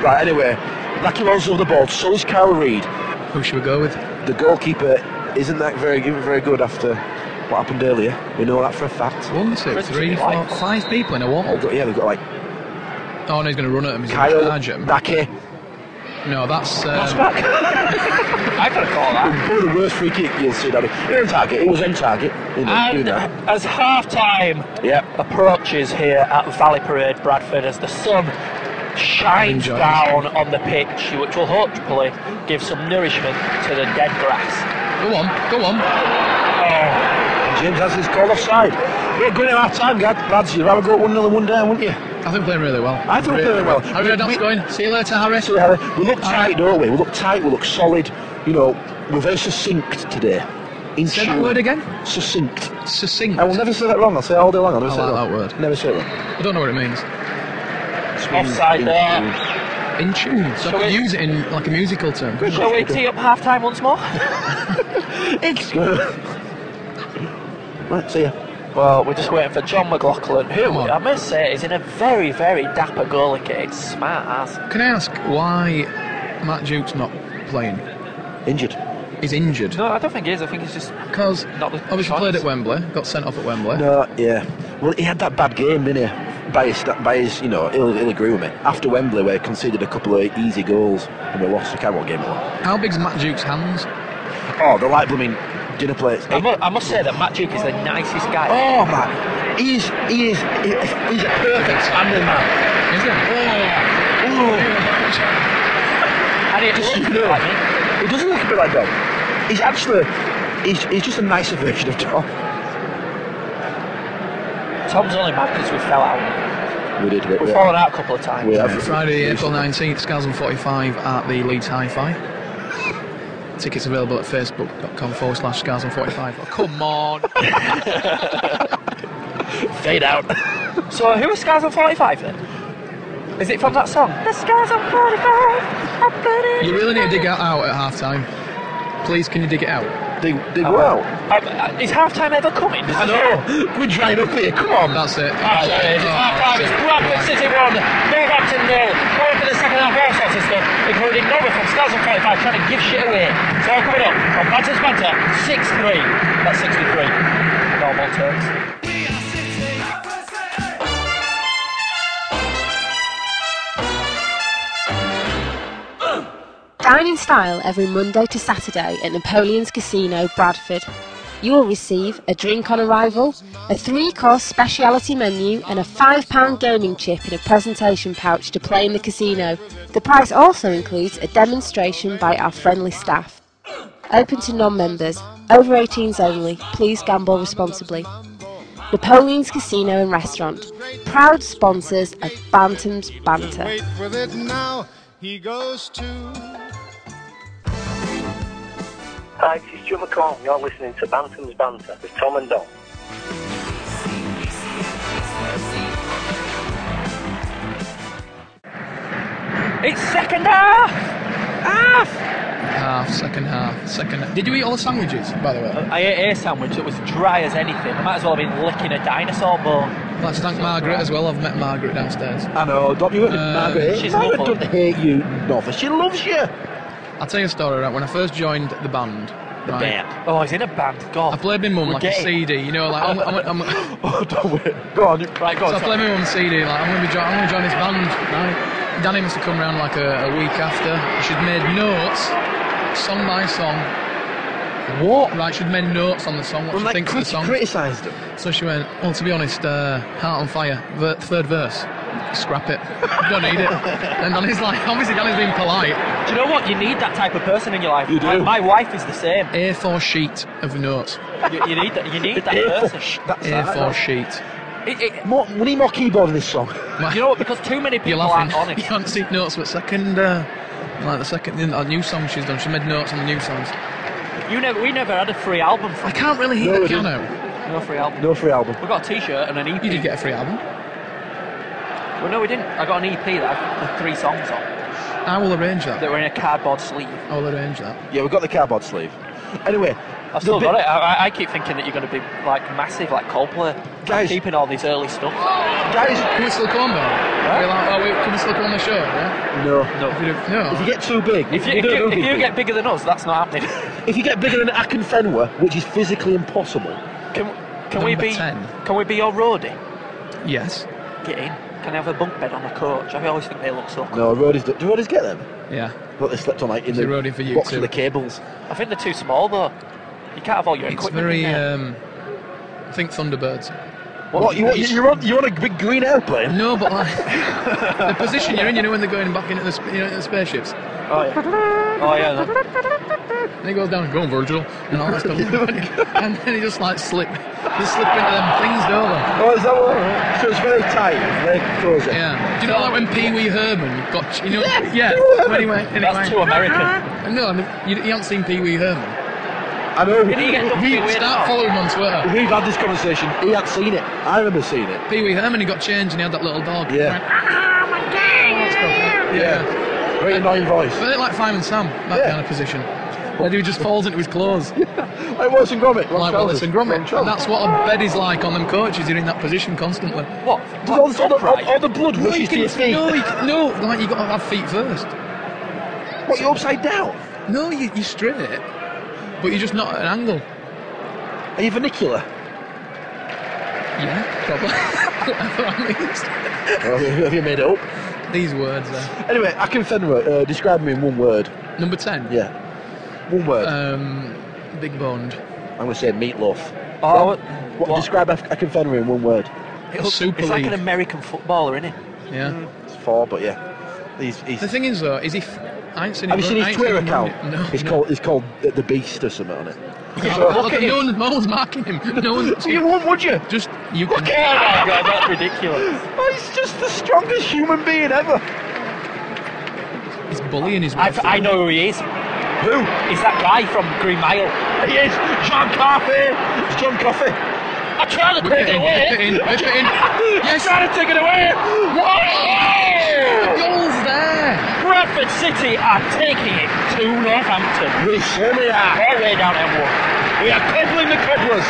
C: Right. Anyway, Lucky rolls over the ball. So is Kyle Reid.
D: who should we go with?
C: The goalkeeper isn't that very isn't very good after what happened earlier. We know that for a fact.
D: One, two, three, four, five people in a
C: Oh,
D: wall.
C: God, yeah, they've got like
D: Oh, no, he's going to run at him. He's going to
C: Kyle,
D: charge him.
C: Naki.
D: No, that's.
C: That's
D: Um,
C: back.
B: I could have called that.
C: Probably the worst free kick you'll see, Daddy. In target. It was in target. You know, you
B: And
C: know.
B: as half time
C: Yeah.
B: approaches here at Valley Parade, Bradford, as the sun shines
D: Enjoy.
B: down on the pitch, which will hopefully give some nourishment to the dead grass.
D: go on, go on.
C: James has his call offside. We're going to half time, guys. Lads, you'd rather go 1 0 1 down, wouldn't you?
D: I think we're playing really well.
C: I think we're playing well.
D: Harry Redknapp's going. See you later, Harry.
C: So, Harry, we look tight, don't we? We look tight, we look solid. You know, we're very succinct today. In
D: Say that
C: tune.
D: word again.
C: Succinct.
D: Succinct.
C: I will never say that wrong. I'll say it all day long. I'll never
D: I
C: say it
D: like
C: wrong.
D: that word.
C: Never say it wrong.
D: I don't know what it means.
B: Offside there.
D: In tune. So I
B: Shall
D: could
B: we-
D: use it in like a musical term.
B: Shall we tee up half time once more?
C: It's good. right, see ya.
B: Well, we're just waiting for John McLaughlin,
D: Come
B: who
D: on.
B: I must say is in a very, very dapper goalie kit. It's smart ass.
D: Can I ask why Matt Duke's not playing?
C: Injured.
D: He's injured.
B: No, I don't think he is. I think he's just.
D: Because
B: Not the
D: obviously
B: choice.
D: played at Wembley, got sent off at Wembley.
C: No, yeah. Well, he had that bad game, didn't he? By his, by his you know, he'll, he'll agree with me. After Wembley, we conceded a couple of easy goals and we lost. I can't remember what game it was.
D: How big's Matt Duke's hands?
C: Oh, the light blooming dinner plates.
B: I must, I must say that Matt Duke is the nicest guy.
C: Oh, man. He's, he is, he, he's a perfect family man.
D: Is it?
C: Ooh.
B: And he looks a bit like me.
C: He doesn't look a bit like Dom. He's actually, he's, he's just a nicer version of Dom.
B: Tom's only mad because we fell out.
C: We did a bit.
B: We've
C: yeah.
B: fallen out a couple of times.
C: We have.
D: Oh. Friday, April 19th, Scales and 45 at the Leeds Hi Fi. Tickets available at facebook.com forward slash Scales and 45. Oh, come on.
B: Fade out. so who was Scars on 45 then? Is it from that song? The Scars on 45. I bet it-
D: You really need to dig that out at half time. Please, can you dig it out?
C: They, they
B: Oh,
C: go
B: well.
C: out.
B: Um, uh, is half time ever coming?
C: I know. We're drying up here. Come on.
D: That's it. Oh.
B: Half time is Bradford City 1, Northampton 0. Going for the second half, all sorts of stuff, including Norwood from Scars on 45 trying to give shit away. So coming up on Bantam's Banter, 6 3. That's 63. Normal terms.
E: Dine in style every Monday to Saturday at Napoleon's Casino, Bradford. You will receive a drink on arrival, a three course speciality menu, and a £5 gaming chip in a presentation pouch to play in the casino. The price also includes a demonstration by our friendly staff. Open to non members, over 18s only, please gamble responsibly. Napoleon's Casino and Restaurant, proud sponsors of Bantam's Banter.
F: Wait with it now. He goes to.
G: Hi, this is Joe McCall. You're listening to Bantam's Banter with Tom and Don.
B: It's second half! Half!
D: half, second half, second half. Did you eat all the sandwiches, by the way?
B: I ate a sandwich that was dry as anything. I might as well have been licking a dinosaur bone.
D: Let's thank Margaret as well. I've met Margaret downstairs.
C: I know, don't you? Margaret,
B: Uh, she's
C: Margaret
B: awful.
C: doesn't hate you, Nova. She loves you.
D: I'll tell you a story, right? When I first joined the band, the
B: Oh, he's in a band. God.
D: I played my mum
B: We're
D: like
B: gay.
D: a CD, you know, like I'm, I'm, I'm,
C: Oh, don't wait. Go on.
B: Right, go on.
D: So I played my mum's CD, like, I'm going to be jo- I'm going to join this band, right? Danny must have come round like a, a week after. She'd made notes, song by song. What? Right, she'd made notes on the song, what
C: Well,
D: she
C: like,
D: thinks of the song.
C: criticised them.
D: So she went, well, to be honest, uh, Heart on Fire, ver- third verse. Scrap it. Don't need it. And Danny's like, obviously Danny's being polite.
B: Do you know what? You need that type of person in your life.
C: You do.
B: My, my wife is the same.
D: A4 sheet of notes.
B: You, you need that. You need that person.
C: That's
D: A4
C: that.
D: sheet.
B: It- it-
C: More, we need more keyboard in this song.
B: you know what? Because too many
D: You're
B: people aren't
D: laughing. You
B: honest.
D: can't see notes, but second, uh, like the second, a new song she's done. She made notes on the new songs.
B: You never. We never had a free album.
D: I can't really
C: No,
D: hear the
C: it isn't.
D: piano.
B: No free album.
C: No free album.
B: We got a T-shirt and an EP.
D: You did get a free album.
B: Well, no, we didn't. I got an EP that I had three songs on
D: I will arrange that.
B: that were in a cardboard sleeve.
D: I will arrange that.
C: Yeah, we've got the cardboard sleeve. Anyway,
B: I've still got it. I, I- I keep thinking that you're going to be like massive, like Coldplay. I'm
C: Guys.
B: keeping all these early stuff.
C: guys.
D: Can we still come on though? Are we allowed- oh, wait, can we still come on the show? Yeah?
C: No.
D: If we do- no.
C: If you get too big,
B: If you, if
C: don't
B: you,
C: know
B: if you
C: people.
B: get bigger than us, that's not happening.
C: if you get bigger than Akin Fenwer, which is physically impossible,
B: Can, can we
D: Number
B: be?
D: 10.
B: Can we be your roadie?
D: Yes.
B: Get in. Can I have a bunk bed on the coach? I always think they look so cool.
C: no, roadies. Do do roadies get them?
D: Yeah.
C: But they slept on like in
D: a
C: the
D: roadie for you
C: box
D: too.
C: with the cables.
B: I think they're too small though. You can't have all your
D: It's
B: equipment.
D: very.
B: in there.
D: Um, I think Thunderbirds.
C: What? you, what, you're on? You're on a big green airplane?
D: No, but like the position you're in, you know, when they're going back into the, sp- you know, the spaceships, and
B: oh yeah. Oh yeah. no.
D: he goes down, go on, Virgil, and all that stuff, and then he just like slip, they slip into them things, don't they?
C: Oh, is that what? So it's very tight, very cozy.
D: Yeah. Do you know like when Pee Wee Herman got you know? Yeah. When he went, and he
B: That's
D: went-
B: too American.
D: No, I mean, you, you haven't seen Pee Wee Herman.
C: I know.
B: Did he get done
C: we,
B: for weird
D: Start
B: enough?
D: following him on Twitter.
C: we've had this conversation. He had seen it. I remember seeing it.
D: Pee Wee Herman, he got changed and he had that little dog.
C: Yeah.
D: Went, "Ah, my dog." Yeah.
C: Very annoying voice.
D: But they're like Fireman Sam, that
C: Yeah.
D: kind of position. Where he just falls into his clothes,
C: Like Wallace and Gromit. Wrong trousers,
D: like Wallace and
C: wrong
D: Gromit.
C: trousers.
D: And that's what a bed is like on them coaches. You're in that position constantly.
B: What?
C: Does all, the- all, the-
B: Upright.
C: all the blood
D: No,
C: rushes to your feet.
D: no, you, can- no, like you got to have feet first.
C: What, you're upside down?
D: No, you, you're straight, but you're just not at an angle.
C: Are you vernacular?
D: Yeah, probably. At least.
C: Or Have you made it up?
D: These words there.
C: Anyway, Akin Fenwer, uh, describe me in one word.
D: Number 10.
C: Yeah. Uh, One word.
D: Um, big boned.
C: I'm going to say meatloaf.
B: Oh,
C: What- what,
B: what?
C: Describe Ak- Akin Fenwer in one word.
B: It looks-
D: Super
B: it's like
D: League.
B: an American footballer, isn't it?
D: Yeah.
C: It's four, but yeah. He's, he's,
D: The thing is, though, is he. F- I ain't seen
C: have you
D: him
C: seen
D: run-
C: his
D: I ain't
C: Twitter
D: him
C: account?
D: run it. No.
C: It's
D: no.
C: called, it's called The- The Beast or something on it.
D: Yeah,
C: So-
D: look at- no, one, no one's marking him. No one's.
C: you want, would you?
D: Just. You
C: Look
D: can,
B: Oh
C: at
B: my
C: him!
B: god, that's ridiculous.
C: Oh, he's just the strongest human being ever.
D: he's bullying his
B: I,
D: wife.
B: I know who he is.
C: Who?
B: It's that guy from Green Mile.
C: He is John Coffey. It's John Coffey.
B: I tried to
D: Whip
B: take it
D: it
B: away.
D: in. Whip it in. Whip it in. Yes.
B: I tried to take it away. What?
D: Goal's there.
B: Bradford City are taking it to Northampton.
C: We surely are.
B: All the way down M1.
C: We are cobbling the cobblers.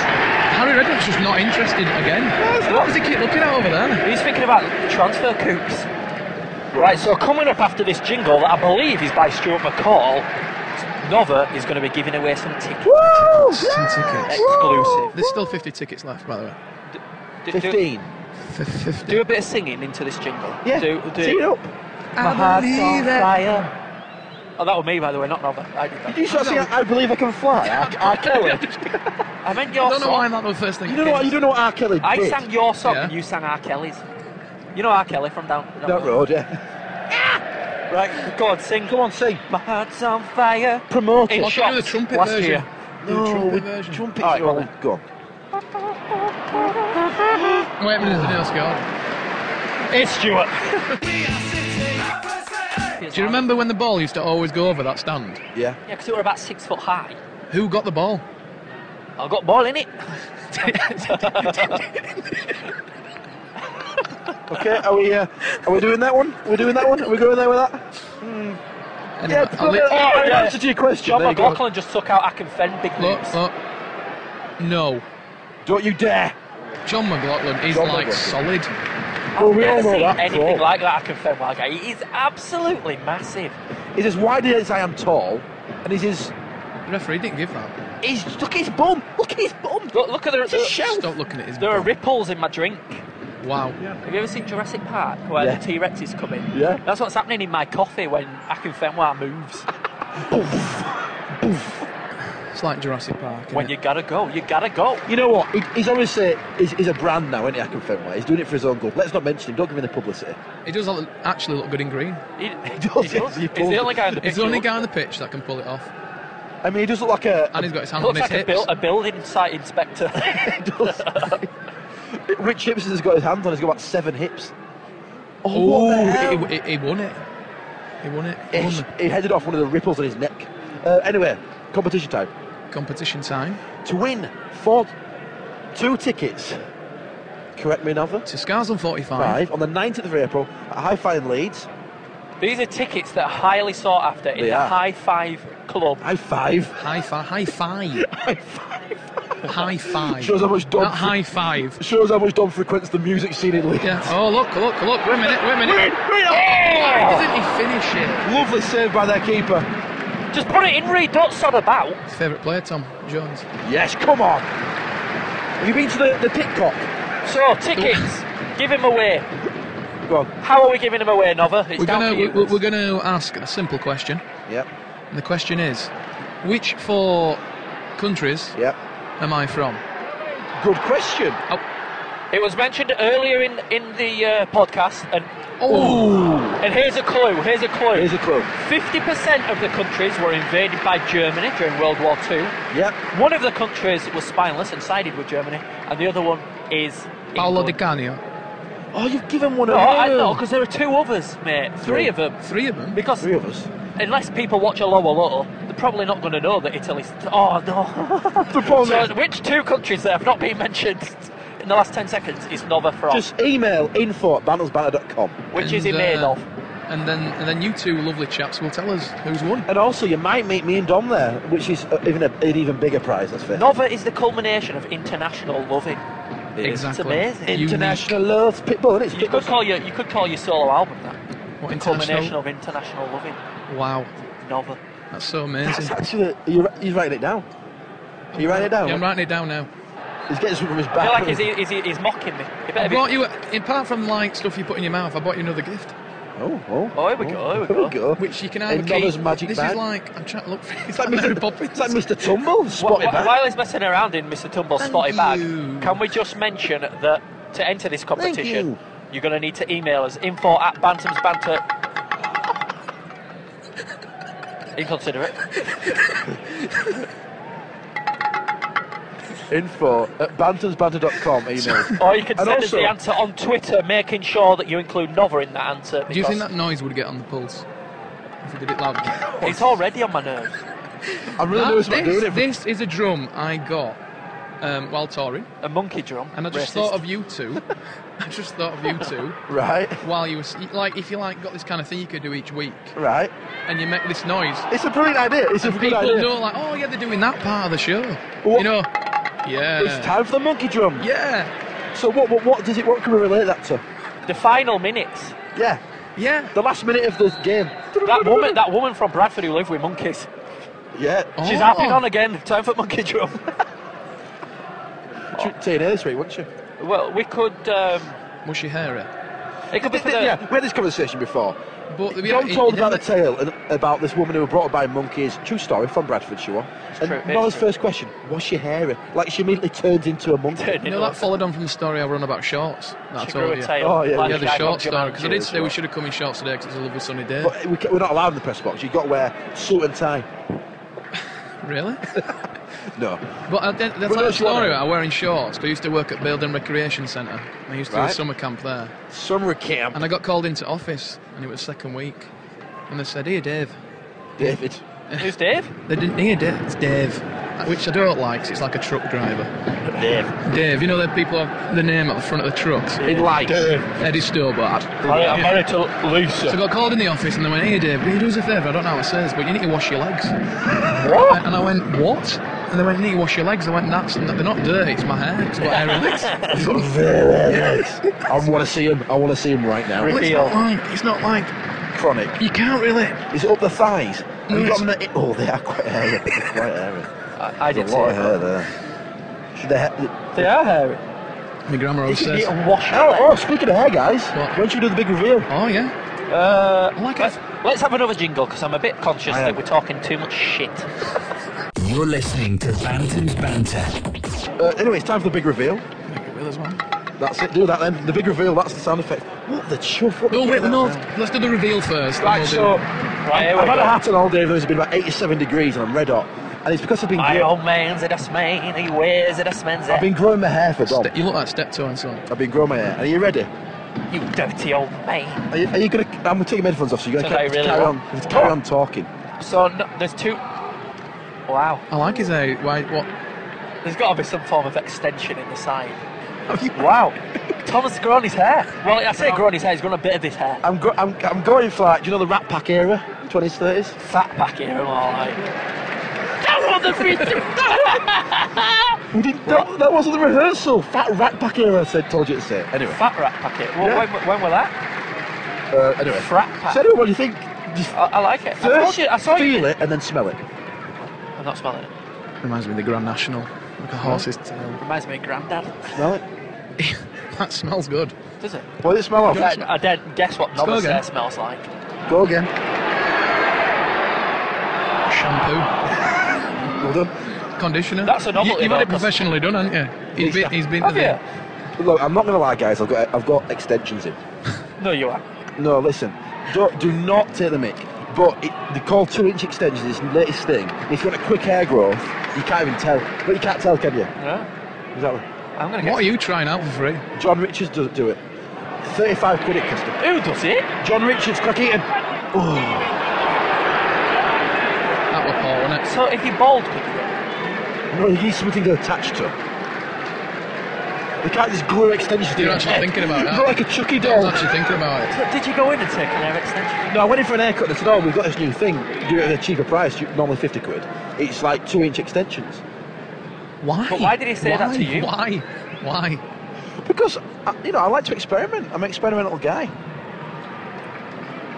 D: Harry Redknapp's just not interested again. What does he keep looking at over there?
B: He's thinking about transfer coups. Right, so coming up after this jingle that I believe is by Stuart McCall, Nova is going to be giving away some tickets.
C: Woo!
D: Some tickets.
B: Exclusive.
D: There's still 50 tickets left, by the way.
B: Do- do-
C: 15.
D: F- 50.
B: Do a bit of singing into this jingle.
C: Yeah.
B: Do, do
C: Tee it up.
B: My
D: I
B: heart's
D: believe
B: on
D: it.
B: fire. Oh, that was me, by the way, not Nova. I did that.
C: You start saying, I believe I can fly. R. R. Kelly.
B: I meant
D: I
B: your
D: don't know why
B: song.
D: that was the first thing.
C: You
D: that
C: don't know
D: came
C: what, you don't know what R. Kelly did.
B: I sang your song
D: Yeah.
B: and you sang R. Kelly's. You know R. Kelly from down, down
C: that
B: Road.
C: road, yeah.
B: Right, go on, sing.
C: Come on, sing.
B: My heart's on fire.
C: Promote
B: Hey,
C: it.
D: I'll give Oh, you the
B: shots
D: trumpet
B: last
D: version.
B: year.
D: The trumpet version.
C: Trumpet.
B: All right, go on
C: go on.
D: Wait a minute, there's an else going.
B: It's Stuart.
D: Do you remember when the ball used to always go over that stand?
C: Yeah.
B: Yeah, because it were about six foot high.
D: Who got the ball?
B: I got ball in it.
C: Okay, are we, uh, are we doing that one? Are we doing that one? Are we going there with that?
D: Anyway,
C: Yeah,
D: I'll
C: no,
D: leave-
C: no, no, I
B: yeah.
C: answered your question.
B: John
C: There you go.
B: McLaughlin just took out Akinfen, big
D: Look,
B: news.
D: look. No.
C: Don't you dare.
D: John McLaughlin is
C: John
D: like solid.
C: Well, we all
B: Never
C: know
B: seen
C: that.
B: anything
C: Paul.
B: like that Akinfen wild guy. He is absolutely massive.
C: He's as wide as I am tall, and he's as.
D: The referee didn't give that.
C: He's look at his bum. Look at his bum.
B: Look, look at the,
C: a
B: the-
C: shell.
D: Stop looking at his.
B: there are
D: bum.
B: ripples in my drink.
D: Wow.
B: Have you ever seen Jurassic Park where
C: Yeah.
B: the T Rexes come in?
C: Yeah.
B: That's what's happening in my coffee when Akinfenwa moves.
D: It's like Jurassic Park.
B: when
D: innit?
B: you gotta go, you gotta go.
C: You know what? He, he's obviously he's, he's a brand now, isn't he? Akin Fenway. He's doing it for his own good. Let's not mention him. Don't give him the publicity.
D: It does look- actually look good in green.
B: He, he
C: does,
B: does.
C: he
B: He's
C: pulls
B: the only guy in the
D: He's the
B: picture.
D: only guy on the pitch that can pull it off,
C: I mean, he does look like a.
D: and he's got his
B: He
D: hand on
B: looks like
D: his
B: a,
D: hips.
B: buil- a building site inspector.
C: he does. Rich Hipson's got his hands on. He's got about seven hips. Oh,
D: Oh,
C: what the hell?
D: he, he, he won it. He won it. He won
C: Ish.
D: the
C: He headed off one of the ripples on his neck. Uh, anyway, competition time.
D: competition time
C: To win four, two tickets. Correct me, another
D: to Scars on 45.
C: five on the 19th of April at High Fine Leeds.
B: These are tickets that are highly sought after in
C: They are.
B: the High Five Club.
C: High five.
D: High five. High five.
C: High five.
D: High five.
C: Shows how much Dom.
D: Not high five.
C: Shows how much Dom frequents the music scene in Leeds.
D: Yeah. Oh, look, look, look. Wait a minute. Wait a minute.
B: Oh!
D: Doesn't he finish it?
C: Lovely save by their keeper.
B: Just put it in, Reed. Don't sod about.
D: His favourite player, Tom Jones.
C: Yes, come on. Have you been to the, the Pitcock?
B: So tickets, give him away.
C: Go on.
B: How are we giving him away, Nova? It's
D: We're
B: down
D: gonna
B: to you.
D: we're, we're gonna ask a simple question,
C: Yep,
D: and the question is, which four countries
C: yep.
D: am I from?
C: Good question.
B: It was mentioned earlier in in the uh, podcast, and and here's a clue. Here's a clue.
C: Here's a clue.
B: Fifty percent of the countries were invaded by Germany during World War Two.
C: Yep.
B: One of the countries was spineless and sided with Germany, and the other one is.
D: Paolo Di
B: England.
D: Canio.
C: Oh, you've given one
B: No,
C: away.
B: I know, because there are two others, mate. Three of them.
D: Three of them.
B: Because
C: Three of us.
B: unless people watch a lower little, they're probably not going to know that Italy's. Oh no!
C: The
D: Oh,
C: problem
B: so,
C: is-
B: which two countries that have not been mentioned in the last ten seconds is Nova from?
C: Just email info at bannelsbanner.com.
B: which is he
D: And,
B: made
D: uh,
B: of?
D: And then and then you two lovely chaps will tell us who's won.
C: And also, you might meet me and Dom there, which is uh, even a, an even bigger prize, that's fair.
B: Nova is the culmination of international loving.
D: Exactly.
B: amazing.
D: Unique.
C: International love. Pitbull, isn't
B: You
C: it?
B: could call your you could call your solo album that.
D: What
B: The culmination
D: international?
B: of international loving.
D: Wow,
B: Nova.
D: that's so
C: That's
D: amazing.
C: actually. You're, you're writing it down. Are you writing it down?
D: Yeah, I'm writing it down now.
C: He's getting something from his back.
B: I feel like he's, e- he's, he's mocking me. He
D: I
B: better be-
D: bought you, a- apart from like stuff you put in your mouth, I bought you another gift,
C: Oh, oh.
B: Oh, here we go, here we
C: Here we
B: go.
C: go.
D: which you can
C: In
D: either
C: Nova's
D: keep.
C: magic
D: this
C: bag.
D: is like I'm trying to look. For, it's,
C: It's
D: like,
C: like, Mr.
D: Mary Poppins.
C: it's like Mr. Tumble spotted
B: Wh- wh-
C: back.
B: While he's messing around in Mr. Tumble's
D: Thank
B: spotted bag,
D: you.
B: can we just mention that to enter this competition,
C: you.
B: you. are going to need to email us info at bantamsbanter. Inconsiderate.
C: Info at bantonsbanter.com email.
B: Or you can
C: And
B: send us
C: also-
B: the answer on Twitter, making sure that you include Nova in that answer.
D: Do you think
B: because
D: that noise would get on the pulse if we did it loud?
B: It's already on my nerves.
C: I'm really nervous about doing it.
D: this, this is a drum I got um, while touring,
B: A monkey drum.
D: and I just
B: Racist.
D: thought of you two. I just thought of you two
C: Right,
D: while you were s- like, if you like, got this kind of thing you could do each week,
C: right.
D: and you make this noise.
C: It's a brilliant idea. It's a
D: And
C: good
D: people
C: idea.
D: know, like, oh yeah, they're doing that part of the show.
C: What-
D: You know, yeah,
C: It's time for the monkey drum.
D: yeah,
C: So what, what? What does it? What can we relate that to?
B: the final minutes.
C: Yeah,
D: yeah.
C: the last minute of the game.
B: That woman, that woman from Bradford who lived with monkeys.
C: Yeah.
B: She's
D: Oh.
B: happy on again. Time for monkey drum.
C: She'd say it this week, wouldn't you?
B: well, we could. Um,
D: Mushy hair. it.
B: it could be for the,
C: Yeah, we had this conversation before.
D: But you
C: John
D: know, it-
C: told
D: it-
C: about the tale and about this woman who was brought up by monkeys. True story from Bradford, she was. And
B: true, it's
C: Nora's
B: true.
C: first question: Was she hairy? Like she immediately turns into a monkey.
B: Turn
D: You
B: it
D: know
B: off.
D: that followed on from the story I run about shorts. That
B: She
D: I told
B: grew a
D: you.
B: tail.
C: Oh, yeah,
B: like
D: Yeah,
B: a
D: the
B: guy from
D: short story.
B: Jumanji.
D: Because I did say we should have come in shorts today because it's a lovely sunny day.
C: But we ca- we're not allowed in the press box. You've got to wear suit and tie.
D: really?
C: No.
D: But I
C: Well,
D: did, that's like the
C: that's what I-
D: story about wearing shorts. 'cause I used to work at Building Recreation Centre. I used to do
C: Right.
D: a summer camp there.
C: Summer camp.
D: And I got called into office, and it was second week. And they said, Here, Dave.
C: David.
B: Who's Dave?
D: They didn't hear Dave. It's Dave. which I don't like 'cause it's like a truck driver.
B: Dave.
D: Dave, you know that people have the name at the front of the trucks?
B: In light.
D: Eddie Stobart.
B: I'm married to
D: So I
B: Lisa.
D: got called in the office and they went, Hey Dave, will you do us a favour? I don't know how it says, but you need to wash your legs.
B: What?
D: And I went, What? And they went, You need to wash your legs. I went, That's they're not dirty, it's my hair. It's got hairy legs.
C: I want to see him. I want to see him right now.
D: Well, it's
B: Reveal.
D: not like it's not like
C: Chronic.
D: you can't really
C: Is it up the thighs? Have you got
D: Yes.
C: them at- oh, they are quite hairy. They're quite hairy.
B: I, I did
C: There's a
B: say
C: lot of hair
B: that.
C: there. The he- the-
B: They are hairy.
D: My grandma
B: You
D: always
B: should eat
D: says
B: and wash
C: oh,
B: out.
C: oh, speaking of hair, guys,
D: What?
C: why don't you do the big reveal?
D: Oh yeah.
B: Uh,
D: I like it.
B: let's, let's have another jingle because I'm a bit conscious
C: I am.
B: that we're talking too much shit.
A: You're listening to Bantam's Banter.
C: Uh, anyway, it's time for the big reveal.
D: Make it real as well.
C: That's it. Do that then. The big reveal. That's the sound effect. What the chuff? What
D: No,
C: the
D: wait, no. Let's do the reveal first.
B: Right,
D: and
B: so.
D: we'll do-
B: Right, here
C: I've
B: we
C: had a
B: go.
C: hat on all day. Though it's been about 87 degrees, and I'm red hot. And it's because I've been
B: My
C: growing,
B: old man's a dust man, he wears a dust man's
C: I've
B: hat.
C: been growing my hair for Dom.
D: Ste- you look like step two and son.
C: I've been growing my hair. Are you ready?
B: You dirty old man.
C: Are you, are you gonna? I'm gonna take your headphones off, so you're gonna
B: So
C: ca-
B: they really
C: carry on.
B: want-
C: Carry on talking.
B: So, no, there's two. Wow.
D: I like his hair. Why? What?
B: There's got to be some form of extension in the side.
C: Have you-
B: Wow. Thomas has grown his hair. Well, I say grown his hair, he's grown a bit of his hair.
C: I'm, go- I'm, I'm going for like, do you know the Rat Pack era, 20s, 30s?
B: Fat back here, I'm all like. That was the free
C: We did that, that wasn't the rehearsal. Fat Rat Pack era. I said, told you to say. it. Anyway,
B: Fat rat packet. Well,
C: Yeah.
B: when, when were that?
C: uh, anyway.
B: Frat pack.
C: So anyway, what do you think? Just
B: I, I like it. I told
C: first,
B: you, I saw
C: feel
B: you.
C: it and then smell it.
B: I'm not smelling it.
D: Reminds me of the Grand National. Like a horse's tail.
B: Reminds me of Grandad.
C: Smell it.
D: that smells good.
B: Does it?
C: What does it smell
B: I,
C: of?
B: I did guess what
D: go
B: novice
D: again.
B: hair smells like.
C: Go again.
D: Shampoo,
C: Well done.
D: conditioner.
B: That's a novelty,
D: You, you've had
B: though,
D: it
B: 'cause-
D: professionally done, haven't you? He's been, he's been
B: Have
D: to
B: you?
D: the.
C: Look, I'm not gonna lie, guys. I've got I've got extensions in.
B: No, you are.
C: No, listen. Don't, do not take the mic. But it, they call two-inch extensions is the latest thing. If you want a quick hair growth, you can't even tell. But you can't tell, can you?
B: No.
C: Exactly.
B: I'm gonna
D: What are
B: get.
D: you trying out for free?
C: John Richards does do it. 35 quid it cost him.
B: Who does it?
C: John Richards, crack eating. Oh,
D: That were Paul, wasn't it?
B: So if you're bald, could you do it?
C: no, you need something to attach to. They can't just glue extensions to
D: You're
C: your
D: actually
C: head.
D: thinking about
C: You
D: that.
C: look like a Chucky
D: I was
C: doll.
D: actually thinking about it.
B: But Did you go in and take an hair extension?
C: No, I went in for an haircut and they said, oh, we've got this new thing. Do it at a cheaper price, you- normally 50 quid. It's like two inch extensions.
D: Why?
B: But why did he say that
D: Why?
B: to you?
D: Why? Why?
C: Because, I, you know, I like to experiment. I'm an experimental guy.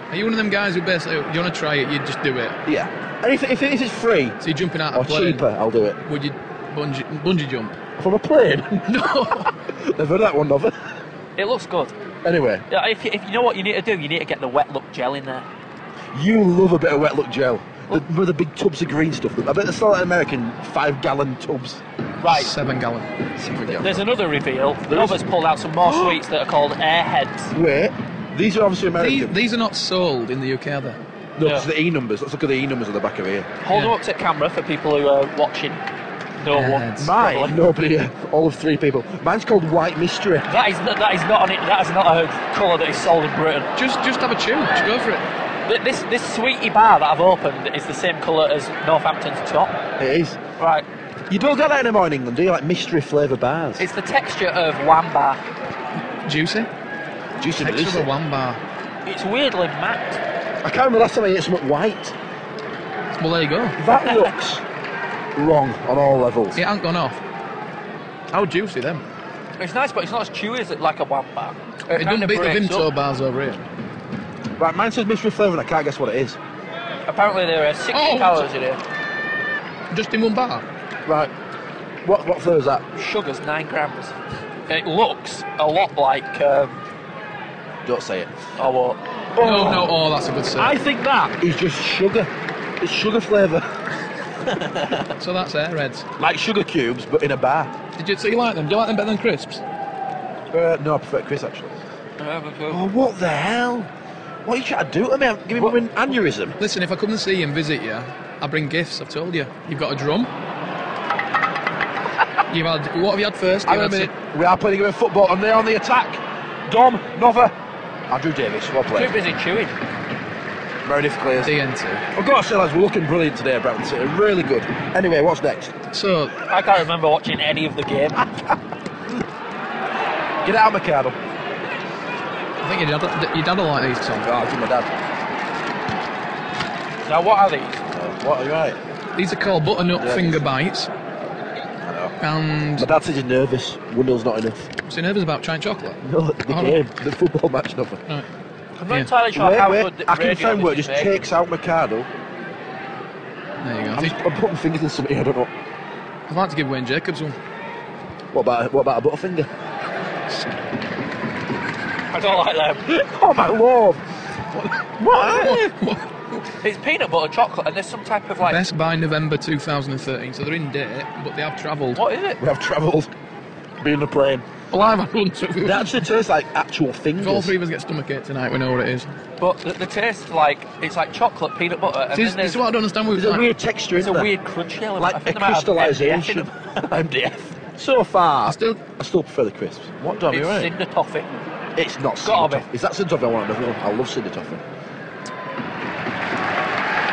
D: Are you one of them guys who basically, you want to try it, you just do it?
C: Yeah. And if, if, if it's free
D: So you're jumping out of
C: or
D: a plane.
C: cheaper, I'll do it.
D: Would you bungee, bungee jump?
C: From a plane?
D: No.
C: Never heard that one, never.
B: It looks good.
C: Anyway,
B: Yeah, If you, if you know what you need to do, you need to get the wet look gel in there.
C: you love a bit of wet look gel. The, with the big tubs of green stuff. I bet they sell that in American five gallon tubs.
B: Right.
D: Seven gallon.
C: Seven gallon.
B: There's another reveal. Nova's pulled out some more sweets that are called airheads.
C: Wait, these are obviously
D: These,
C: American.
D: these are not sold in the UK, are they?
C: no,
B: Yeah.
C: it's the E numbers. Let's look at the E numbers on the back of here.
B: Hold them
D: Yeah.
B: up to camera for people who are watching. No one.
D: Airheads.
C: Mine,
B: probably.
C: nobody, uh, all of three people. Mine's called White Mystery.
B: That is not, that is not an, that is not a colour that is sold in Britain.
D: Just just have a chew. Just go for it.
B: Th- This this sweetie bar that I've opened is the same colour as Northampton's top.
C: It is.
B: Right.
C: You don't get that anymore in England, do you? Like mystery flavour bars.
B: It's the texture of one bar.
D: Juicy.
C: juicy
D: Extra
C: delicious.
D: the one bar.
B: It's weirdly matte.
C: I can't remember the last time I ate something white.
D: Well, there you go.
C: That looks wrong on all levels.
D: It ain't gone off. How juicy them?
B: It's nice, but it's not as chewy as it like a one bar.
D: Uh, It doesn't
B: kinda
D: beat the
B: breaks
D: Vimto
B: up.
D: bars over here.
C: Right, mine says mystery flavour and I can't guess what it is.
B: Apparently there are 60
D: Oh.
B: calories in here.
D: Just in one bar.
C: Right. What what flavour's that?
B: Sugar's nine grams. It looks a lot like. Um,
C: Don't say it.
B: oh, what?
D: No, no. Oh, that's a good save.
B: I think that.
C: It's just sugar. It's sugar flavour.
D: So that's airheads.
C: Like sugar cubes, but in a bar.
D: Did you? So you like them? Do you like them better than crisps?
C: Uh, no, I prefer Chris actually. Oh, what the hell? What are you trying to do to me? Give me an aneurysm.
D: Listen, if I come and see you and visit you, I bring gifts. I've told you. You've got a drum. You've had. What have you had first?
C: Hang
D: You
C: on a
D: had
C: minute. We are playing a game of football and they're on the attack. Dom, Nova, Andrew Davis, well
B: Too
C: played.
B: busy chewing.
C: Meredith Glaze.
D: DN2.
C: I've got to say, lads, we're looking brilliant today, Brown City. Really good. Anyway, what's next?
D: So,
B: I can't remember watching any of the game.
C: Get it out, McArdle.
D: I think your dad, your dad will like these songs.
C: Oh, I think my dad.
B: now, what are these?
C: What are you right?
D: These are called Butternut
C: Yeah.
D: Finger Bites.
C: My
D: And
C: dad says he's nervous. Window's not enough.
D: so nervous about trying chocolate.
C: No, the
D: Oh.
C: game, the football match, nothing.
D: Right.
B: I'm not
D: Yeah.
B: entirely sure
C: Wait,
B: how
C: wait,
B: good
C: I can
B: radio
C: find
B: this
C: where it
B: is
C: just
B: making.
C: takes out Mercado.
D: There you go. I
C: I'm,
D: think-
C: just, I'm putting fingers in something I don't know.
D: I'd like to give Wayne Jacobs one.
C: What about what about a butterfinger?
B: I don't like them.
C: Oh my lord! What?
B: It's peanut butter chocolate, and there's some type of like.
D: Best by November 2013. So they're in date, but they have travelled.
B: What is it?
C: we have travelled. Being the plane.
D: Well, I've had one too.
C: It actually tastes like actual fingers.
D: If all three of us get stomachache tonight, we know what it is.
B: But the, the taste, like, it's like chocolate, peanut butter, and
D: This,
B: then
D: this
B: there's
D: is what I don't understand with
C: There's a
D: like-
C: weird texture
B: it's
C: in
B: a
C: there.
B: weird crunchy element. I
C: like
B: think
C: a
B: they might have
C: crystallisation.
B: MDF in them.
C: MDF. So far,
D: I still-
C: I still prefer the crisps. What do I
B: It's
C: right?
B: cinder toffee.
C: It's not
B: Gotta
C: cinder toffee. Is that cinder toffee I want to know? I love cinder toffee.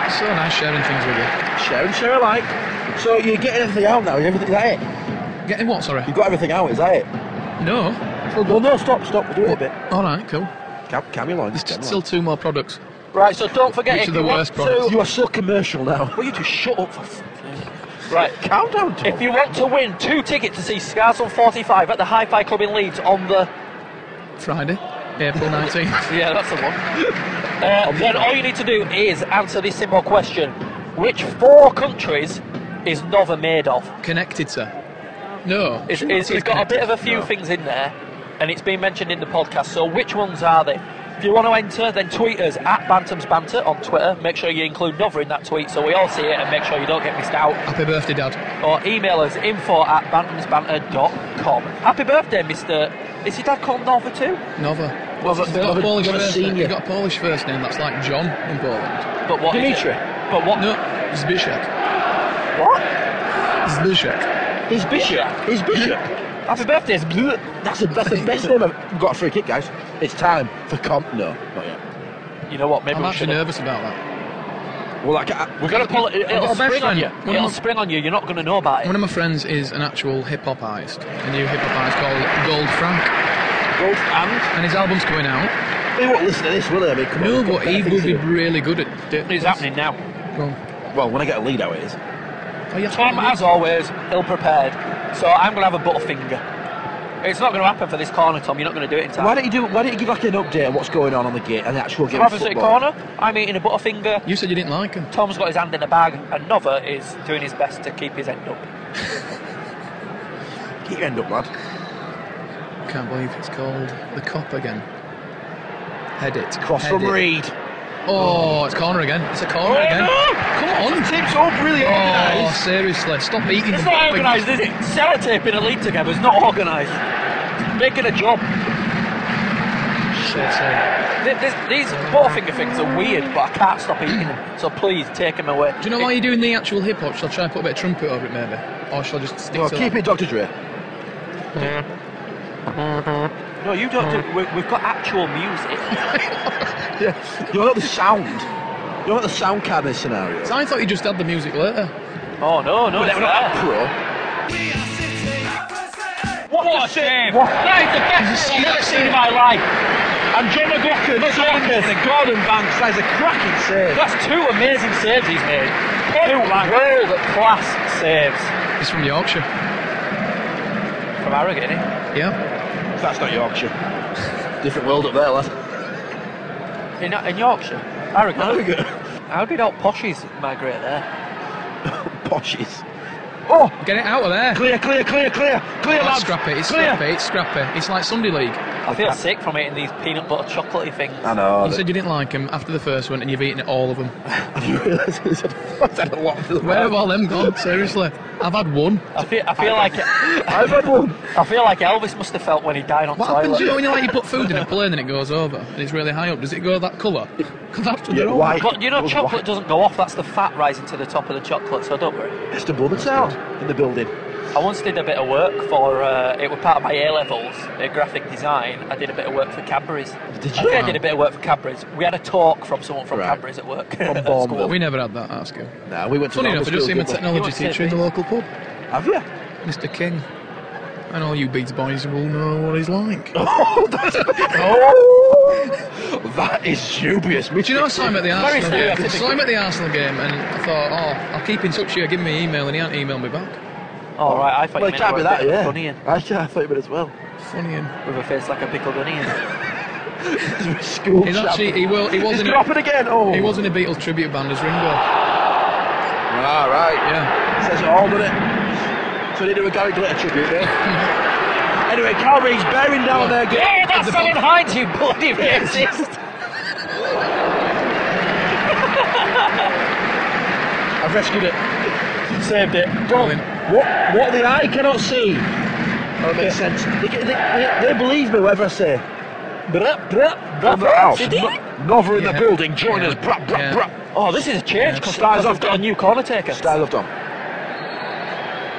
D: It's so nice sharing things with you.
C: Share and share alike. So you're getting everything out now. Everything, is that it?
D: Getting what, sorry?
C: You've got everything out. Is that it?
D: No.
C: Well, no, stop, stop. We'll do it a bit.
D: All right, cool.
C: Cam, cam your lines,
D: There's
C: cam your
D: still two more products.
B: Right, so don't forget
D: Which
B: if
D: are the
B: you want
D: worst
B: to-
D: products?
C: lines. You are so commercial now.
B: Will you just shut up for f- Right.
C: Countdown. Tom.
B: If you want to win two tickets to see Scars on 45 at the Hi-Fi Club in Leeds on the...
D: Friday, April 19th.
B: Yeah, that's the one. Uh, then all you need to do is answer this simple question. Which four countries is Nova made of?
D: Connected, sir. No.
B: It's, it's, it's got a bit of a few things in there, and it's been mentioned in the podcast. So, which ones are they? If you want to enter, then tweet us at Bantam's Banter on Twitter. Make sure you include Nova in that tweet so we all see it and make sure you don't get missed out.
D: Happy birthday, Dad.
B: Or email us info at bantamsbanter.com. Happy birthday, Mr. Is your dad called Nova too?
D: Nova.
B: Well,
D: He's got a
C: Nova-
D: Polish
C: Nova
D: first
C: Senior.
D: name. He's got a Polish first name that's like John in Poland.
B: But what? is it?
C: Dimitri.
B: But what?
D: No, Zbyszek.
B: What?
D: Zbyszek.
C: His bishop. His bishop.
B: Happy birthday, is blue.
C: That's the, that's the best name I've we've got a free kick, guys. It's time for comp. No, not yet.
B: You know what? Maybe
D: I'm
B: we should.
D: actually nervous about that.
C: Well, I can't.
B: We're going to pull it.
D: I've got
B: It'll
D: a best
B: spring on
D: friend.
B: you.
D: One of
B: It'll
D: my-
B: spring on you. You're not going to know about
D: One
B: it.
D: of my friends is an actual hip hop artist, a new hip hop artist called Gold Frank,
C: Golf and.
D: and his album's coming out.
C: They won't listen to this, will they? I mean, come
D: No,
C: on.
D: but he will be really good at it.
B: It's happening now.
D: Well,
C: Well, when I get a lead out, it is.
D: oh, you have
B: Tom,
D: to-
B: as always, ill prepared. So I'm going to have a butterfinger. It's not going to happen for this corner, Tom. You're not going to do it in time.
C: Why don't you do? Why don't you give like an update on what's going on on the gate and the actual game?
B: Tom
C: of
B: Havers at the
C: football?
B: corner. I'm eating a butterfinger.
D: You said you didn't like him.
B: Tom's got his hand in a bag, and Nova is doing his best to keep his end up.
C: Keep your end up, lad.
D: Can't believe it's called the cop again. Head it.
C: Cross
D: head
C: from
D: it.
C: Reed.
D: Oh, it's corner again. It's a corner again. Come on.
C: Team's all really
D: Oh,
C: organised.
D: seriously, stop eating.
B: It's
D: the
B: not
D: big-
B: organised, is it? Sellotape in a league together is not organised. Making a job.
D: Shit, eh?
B: Th- this- these butterfinger things are weird, but I can't stop eating them. So please take them away.
D: Do you know why you're doing the actual hip hop? Shall I try and put a bit of trumpet over it, maybe? Or shall I just stick
C: Well,
D: to
C: keep it, Dr. Dre.
B: No, you don't. Do, we- we've got actual music.
C: Yeah. You're not the sound. You're not the sound card in this scenario.
D: that? I thought you just had the music later.
B: Oh no, no, it's
C: We're not
B: there.
C: pro.
B: What a shame! That is the best thing I've ever seen in my life.
C: And John McLaughlin, Saunders, and Gordon Banks. That is a cracking save.
B: That's two amazing saves he's made. Two world class saves
D: It's from Yorkshire.
B: from Harrogate. innit?
D: Yeah.
C: That's not Yorkshire. Different world up there, lad.
B: In, in Yorkshire, Harrogate.
C: Harrogate.
B: How did all poshies migrate there?
C: Poshes. Oh,
D: Get it out of there.
C: clear, clear, clear, clear, clear,
D: Oh,
C: lads.
D: scrap it, it's
C: clear.
D: scrappy, it's scrappy. It's like Sunday League.
B: I feel sick from eating these peanut butter chocolatey things.
C: I know.
D: You said you didn't like him after the first one, and you've eaten all of them.
C: Have you realised it's a- I've had a lot for the
D: Where have all them gone? Seriously, I've had one.
B: I feel, I feel like
C: I've had one.
B: I feel like Elvis must have felt when he died on
D: What
B: toilet.
D: happens you know, when you like you put food in a plane and it goes over and it's really high up? Does it go that colour? Because after
C: Yeah,
D: they're all-
C: why?
B: But you know,
C: Those
B: chocolate doesn't go off. That's the fat rising to the top of the chocolate. So don't worry.
C: why- It's the Bourbon sound in the building.
B: I once did a bit of work for, uh, it was part of my A levels at graphic design. I did a bit of work for Cadbury's.
C: Did
B: I
C: you?
B: think I did a bit of work for Cadbury's. We had a talk from someone from
C: Right.
B: Cadbury's at work.
C: From
B: at
C: Bournemouth.
B: school.
D: We never had that at our school.
C: Nah, we went to
D: Funny enough, I
C: Normal
D: just
C: School
D: seen a
C: Gilmore.
D: technology
B: You said
D: teacher in the
B: me.
D: local pub,
C: Have you?
D: Mr. King. And all you Beats boys will know what he's like.
C: Oh, that's oh, that is dubious.
D: Do you know I saw him at the
B: Very
D: Arsenal game? I
B: stereotypical.
D: saw him at the Arsenal game and I thought, oh, I'll keep in touch with you, give me your email, and he hadn't emailed me back.
B: Oh, right, I thought
C: Well,
B: you meant
C: it can't be
B: I were a
C: that,
B: bit
C: yeah.
B: funny and-
C: I, yeah, I thought of it as well.
D: Funny eh? and
B: with a face like a pickled onion.
C: School
D: He's
C: chap.
D: actually, he, will, he was
C: He's
D: in a,
C: dropping again. Oh,
D: he was in a Beatles tribute band as Ringo.
C: Ah, right.
D: Yeah.
C: Says it all, doesn't it? So they do a Gary Glitter tribute there. anyway, Calvary's bearing down there.
B: yeah, that's Alan Hines, you bloody racist!
C: I've rescued it.
B: Saved it.
D: Brilliant.
C: What, what the eye cannot see. That makes sense. They, they, they, they believe me, whatever I say. Bruh, bruh, bruh, bruh.
B: Did he?
C: No- Nova in
D: Yeah.
C: the building, join
D: Yeah.
C: us. Bruh, bruh,
D: Yeah.
C: bruh.
B: Oh, this is a change. because
C: Styles
B: I've
C: of
B: got a
C: Dom.
B: new corner taker.
C: Style of Dom.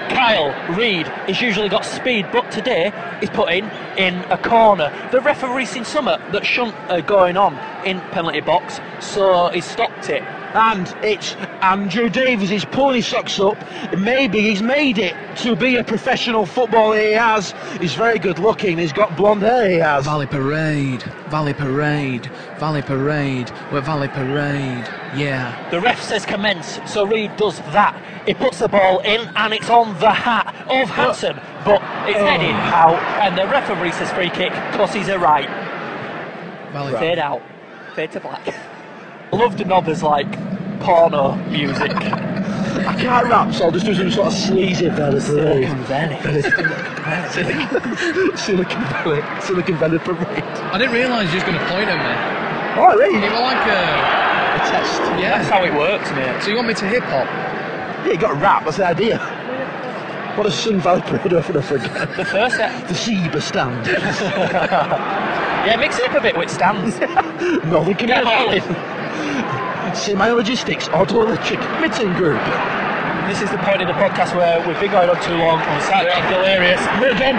B: Kyle Reed has usually got speed, but today he's put in in a corner. The referee seen summer that shouldn't uh, going on in penalty box, so he stopped it.
C: And it's Andrew Davies. He's pulling his socks up. Maybe he's made it to be a professional footballer. He has. He's very good looking. He's got blonde hair. He has.
D: Valley Parade, Valley Parade, Valley Parade, we're Valley Parade. Yeah.
B: The ref says commence, so Reed does that. He puts the ball in, and it's on the hat of Hanson, but it's headed out, and the referee says free kick because he's a right.
D: Valley
B: Fade out. Fade to black. Loved Nobber's like porno music.
C: I can't rap, so I'll just do some sort of sleazy there.
B: Silicon Valley.
C: Silicon Valley. Silicon Valley parade.
D: I didn't realise you was going to point at me.
C: Oh,
D: You
C: really?
D: were like a.
C: A test.
B: That's
D: Yeah.
B: how it works, mate.
D: So you want me to hip hop?
C: Yeah, you got to rap. That's the idea. What a Sun Valley parade over and over again.
B: The first set.
C: The Zebra stand.
B: Yeah, mix it up a bit with stands.
C: Northern
B: Get all
C: Community.
B: in.
C: Semi Logistics Auto Electric Meeting Group.
B: This is the point in the podcast where we've been going on too long on Saturday. Hilarious. Move on.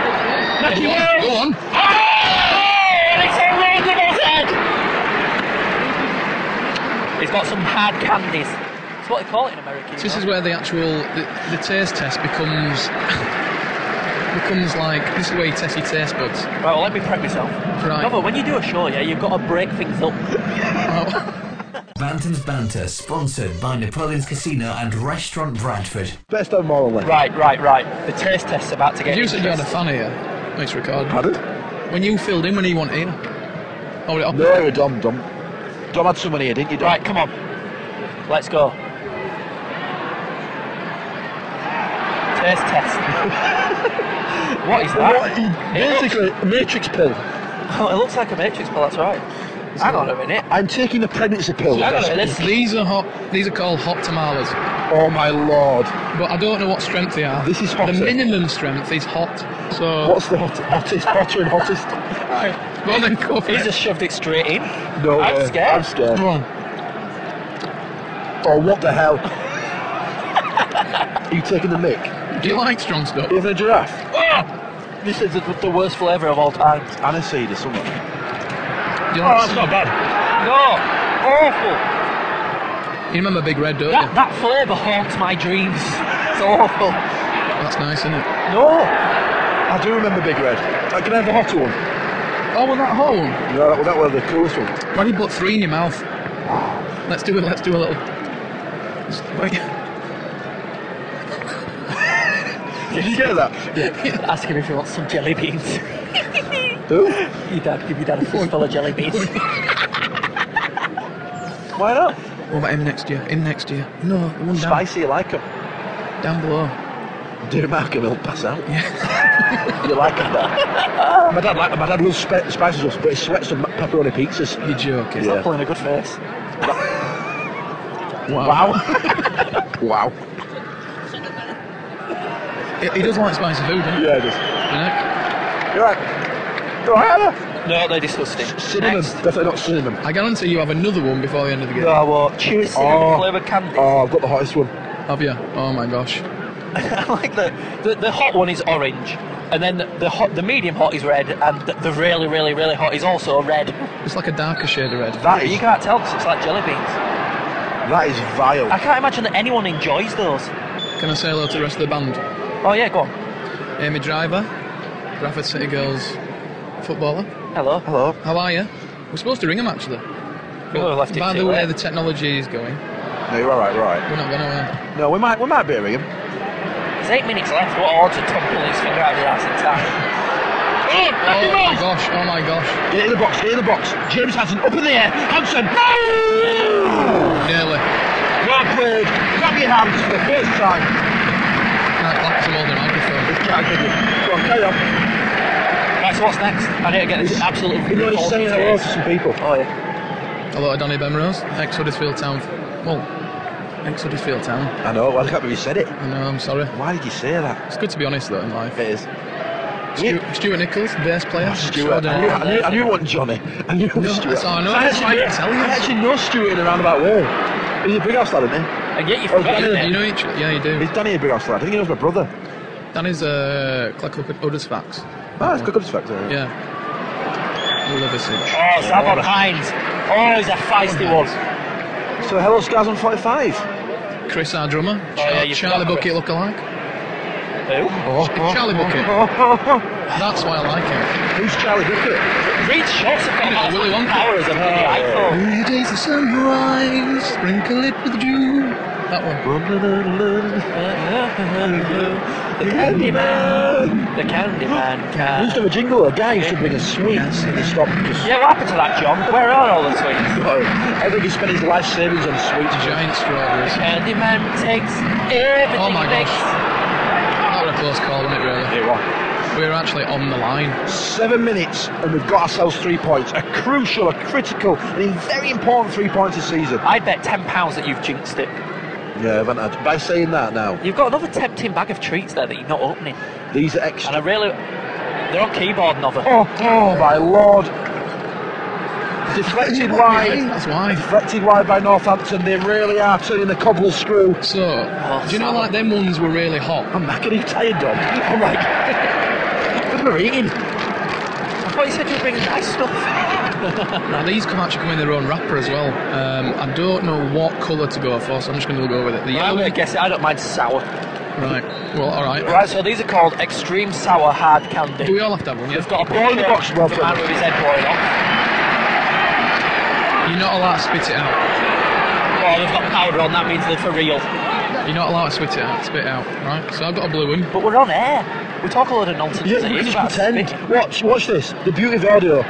B: Matthew Wells.
D: Go on.
B: Hey, it's a round of applause. He's got some hard candies. That's what they call it in America. you
D: So this
B: know.
D: is where the actual the, the taste test becomes becomes like this is where you test your taste buds.
B: Right, well, let me prep myself.
D: Right.
B: No, but when you do a show, yeah, you've got to break things up.
A: Bantam's Banter, sponsored by Napoleon's Casino and Restaurant Bradford.
C: Best of more or less.
B: Right, right, right. The taste test's about to get.
D: you said you had a
B: interesting.
D: fan here. Nice record.
C: Pardon?
D: When you filled in, when he wanted in. Oh, it
C: No, you were Dom, Dom. Dom had someone here, didn't you, Dom?
B: Right, come on. Let's go. Taste test. what is that?
C: What, basically, a matrix pill.
B: Oh, it looks like a matrix, but that's right. Hang on a minute.
C: I'm taking the pregnancy pill.
B: Hang on a minute. This,
D: these are hot. These are called hot tamales,
C: Oh my lord.
D: but I don't know what strength they are.
C: This is
D: The
C: hotter.
D: minimum strength is hot. So
C: What's the hot, hottest, hotter and hottest?
D: Well then, go for
B: he
D: it.
B: just shoved it straight in.
C: No,
B: I'm
C: uh,
B: scared.
C: I'm scared.
D: Go on.
C: Oh, what the hell? you taking the mic?
D: Do you like strong stuff?
C: Even a giraffe? Ah!
B: This is the, the worst flavour of all time.
C: Aniseed or something.
D: Do you like some-
C: Oh, bad.
B: No, awful.
D: You remember Big Red, don't
B: That
D: you?
B: that flavour haunts my dreams. It's awful.
D: That's nice, isn't it?
C: No! I do remember Big Red. Uh, can I have the hotter one?
D: Oh, well, that whole one.
C: No, that, that was the coolest one.
D: Why do you put three in your mouth? Let's do it. Let's do a little. Wait.
C: Did you get that?
B: Ask him if he wants some jelly beans.
C: Who?
B: Your dad, give your dad a fistful of jelly beans.
C: Why not?
D: What about him next year? Him next year? No, the one down,
C: Spicy, you like them.
D: down below.
C: Do Malcolm, he'll pass out. you like them, Dad? my dad like them. My dad loves spe- spices, but he sweats on pepperoni pizzas.
D: You're joking.
C: Yeah.
B: Pulling a good face.
D: Wow.
C: wow.
D: He, he does like spicy food, doesn't he?
C: Yeah, just.
D: You know?
C: You're right. You're right, Anna?
B: No, they're disgusting.
C: Cinnamon.
B: Next.
C: Definitely not cinnamon.
D: I guarantee you have another one before the end of the game.
B: Oh, well, chewy cinnamon
C: Oh.
B: flavoured candy.
C: Oh, I've got the hottest one.
D: Have you? Oh my gosh.
B: I like the, the the hot one is orange, and then the hot, the medium hot is red, and the, the really, really, really hot is also red.
D: It's like a darker shade of red.
C: That
B: You
C: is
B: can't tell because it's like jelly beans.
C: that is vile.
B: I can't imagine that anyone enjoys those.
D: Can I say hello to the rest of the band?
B: Oh yeah, go on.
D: Amy Driver, Bradford City Girls footballer.
B: Hello.
C: Hello.
D: How are you? We're supposed to ring him actually.
B: would have left it
D: by
B: to
D: the
B: you,
D: way
B: eh?
D: the technology is going,
C: No, you're all right, you're all right.
D: we're not going to.
C: No, we might we might be ringing. him.
B: There's eight minutes left. What odds of Tom pulling his finger out of his ass in time?
D: Oh my gosh! Oh my gosh!
C: Get in the box. Get in the box. James Hanson up in the air. Hanson. No!
D: Nearly.
C: Well played. Clap your hands for the first time.
D: Can I clap some older microphone?
C: It's Jack, isn't it? Go on, carry on.
B: Right, so what's next? I need to get this absolutely.
C: You know, he's saying hello to some people.
B: Oh yeah.
D: Hello, to Donny Benrose, ex Huddersfield Town. Well, ex Huddersfield Town.
C: I know. Well, I can't believe you said it.
D: I know. I'm sorry.
C: Why did you say that?
D: It's good to be honest though in life.
C: It is.
D: Stu- Oh, Stuart Nichols, bass player.
C: Stuart. I knew, I knew, I knew it wasn't Johnny. I knew it was
D: No,
C: Stuart.
D: so I know, that's
C: actually,
D: why I tell you.
C: I actually know Stuart in a roundabout way. He's a big house lad, isn't he?
B: And yet you
C: Oh,
B: forgot
C: Danny,
B: his
D: You
B: name.
D: know each other? Yeah, you do.
C: He's Danny a big house lad. I think he knows my brother.
D: Danny's a clerk uh, up at Otis Facts.
C: Ah, it's good good factor.
D: Yeah. We love his image.
B: Oh, Savon Hines. Oh, he's a feisty one.
C: So hello, Scars on 45.
D: Chris, our drummer.
B: Oh, yeah,
D: Char-
B: you've
D: Charlie
B: got
D: Bucket lookalike. Oh,
B: Who?
D: Charlie Bucket. That's why I like him.
C: Oh, Who's Charlie Bucket?
B: Reed Schultz have got
D: You know,
B: half
D: Willy
B: the
D: Wonka.
B: power as a bloody iPhone.
D: Three days of sunrise, sprinkle it with dew. That one.
B: The Candyman. The Candyman.
C: He
B: Can.
C: used to have a jingle. A guy used to bring us sweets and he stopped just.
B: Yeah, what happened to that, John? Where are all the sweets?
C: I think he spent his life savings on sweets.
D: Giant strawberries.
B: Candyman takes everything
D: Oh my
B: next.
D: That was a close call, wasn't it, really?
C: Here we are.
D: We were actually on the line.
C: Seven minutes and we've got ourselves three points. A crucial, a critical, and a very important three points this season.
B: I bet ten pounds that you've jinxed it.
C: Yeah, haven't I? By saying that now,
B: You've got another tempting bag of treats there that you're not opening,
C: these are
B: and
C: extra.
B: I really, they're on keyboard novel.
C: Oh, oh my lord! Deflected wide,
D: That's why.
C: deflected wide by Northampton. They really are turning the cobble screw.
D: So,
B: Oh,
D: do you know like them ones were really hot?
C: I'm not getting tired, Dom. I'm like, what am I eating?
B: I thought you said you were bringing nice stuff.
D: Now these come actually come in their own wrapper as well. Um, I don't know what colour to go for, so I'm just going to go with it. The
B: I'm
D: yellow.
B: gonna guess it. I don't mind sour.
D: Right. Well, all right.
B: Right, so these are called extreme sour hard candy.
D: Do we all have to have one? Yeah.
B: They've got a
C: Go in the box,
B: picture of the man
C: Robert.
B: with his head blowing off.
D: You're not allowed to spit it out.
B: Oh, they've got powder on. That means they're for real.
D: You're not allowed to spit it out. Spit it out. Right. So I've got a blue one.
B: But we're on air. We talk a load of nonsense.
C: Yeah,
B: isn't it?
C: we
B: It's
C: just
B: about
C: pretend.
B: spitting.
C: Watch, watch this. The beauty of audio.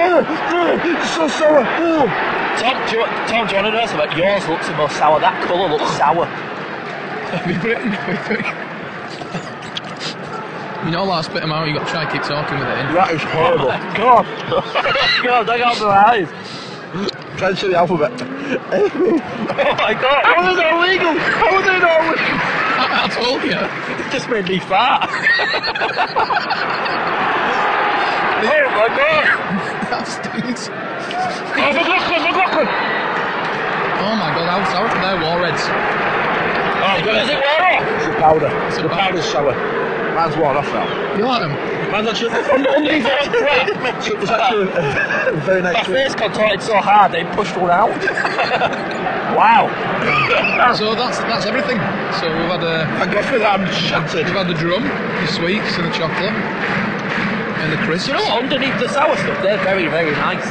C: Oh, oh, it's so sour. Oh.
B: Tom, do you, Tom, do you want to know something? Yours looks the most sour. That colour looks sour.
D: We put it in- we put it- You're not allowed to spit them out. You got to try and keep talking with it in.
C: That is horrible.
B: God. God, I got my eyes.
C: Try and see the alphabet.
B: Oh my God.
C: How is it illegal? How is it illegal?
D: I, I told you.
B: It just made me fart. oh my God.
D: That stinks.
B: Oh, McLaughlin, McLaughlin.
D: Oh my god, how sour for their war reds.
B: Oh, God, is it wear off?
C: It's the powder.
D: It's a
C: the
D: bad-
C: powder's sour. Mine's worn off now.
D: You like them?
C: Man's actually underneath it. It was actually a very
B: My
C: nice trick.
B: face contorted so hard they pushed one out. wow. Oh.
D: So that's that's everything. So we've had a
C: Thank God for that, I'm
D: we've
C: shattered.
D: had the drum, the sweets, and the chocolate, and the crisps.
B: You know, underneath the sour stuff, they're very, very nice.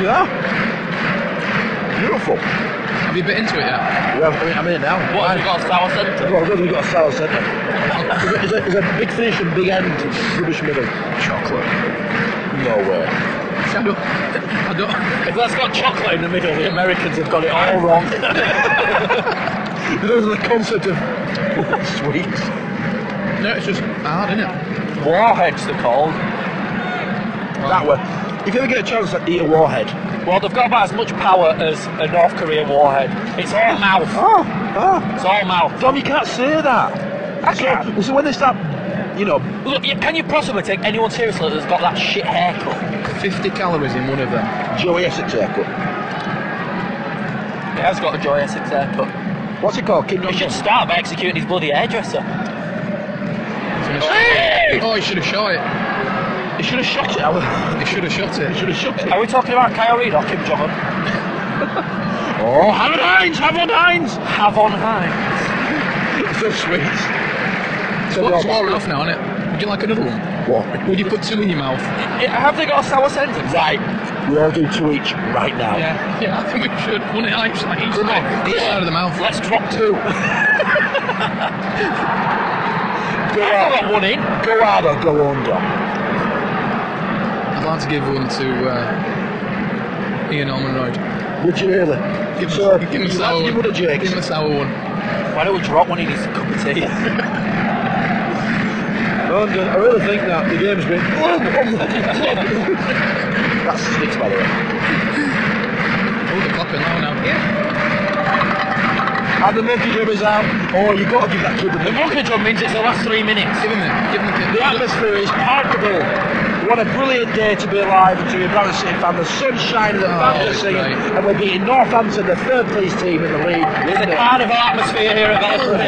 C: Yeah. Beautiful.
D: Have you bit into it yet?
C: Well, I mean, I'm in it now.
B: What have you got, sour centre?
C: Well, good, we've got a sour centre. There's a, there's a big finish and big end. Rubbish middle. Chocolate. No way.
D: I don't. I don't.
B: If that's got chocolate in the middle, the Americans have got it all wrong.
C: There's the concept of sweets.
D: No, it's just hard, isn't it?
B: Warheads, they're called.
C: That way. If you ever get a chance to eat a warhead.
B: Well, they've got about as much power as a North Korean warhead. It's all mouth.
C: Oh, oh.
B: It's all mouth.
C: Dom, you can't say that. I
B: can.
C: So, so when they start, you know,
B: Look, you- can you possibly take anyone seriously that's got that shit haircut?
D: 50 calories in one of them.
C: Joey Essex haircut.
B: He has got a Joy Essex haircut.
C: What's it called? Kim
B: He
C: Jong-un?
B: should start by executing his bloody hairdresser.
D: Oh, he should have shot it.
C: You should have shot it. I was-
D: He should have shot
C: You
D: it.
C: should have shot it.
B: Are we talking about Kyle Reid or Kim Jong Un?
C: Oh, Hammond Hines! Hammond Hines!
B: Have on high.
C: So sweet. So
D: Well, it's
C: what?
D: warm enough now, isn't it? Would you like another one?
C: What?
D: Would you put two in your mouth?
B: Yeah, Have they got a sour sentence?
C: Right. We all do two each right now.
D: Yeah, yeah. I think we should. One at each side. Each side, each side of the mouth.
C: Let's drop two. go
B: I
C: hard.
B: got one in.
C: Go hard or go under.
D: I'd like to give one to uh, Ian Ormonroyd.
C: Would you really?
D: Give him,
C: so,
D: give him a
C: you'd
D: sour
C: like to
D: one.
C: give one to Jake's?
D: Give him a sour one. Oh,
B: Why don't we drop one in his cup of tea?
C: Under. I really think that the game's been.
D: Oh,
C: That's six, by the way.
D: Oh, the clock is low now.
C: And the monkey drum is out. Oh, you've got to give that kid the
B: the
C: monkey.
B: monkey drum means it's the last three minutes.
D: Give him it. Give him the
C: The atmosphere is palpable. What a brilliant day to be alive and to be a Bradford City fan. The sun's shining, the fans are
D: it's
C: singing,
D: great.
C: and we're beating Northampton, the third place team in the league.
B: There's a carnival atmosphere here at Elton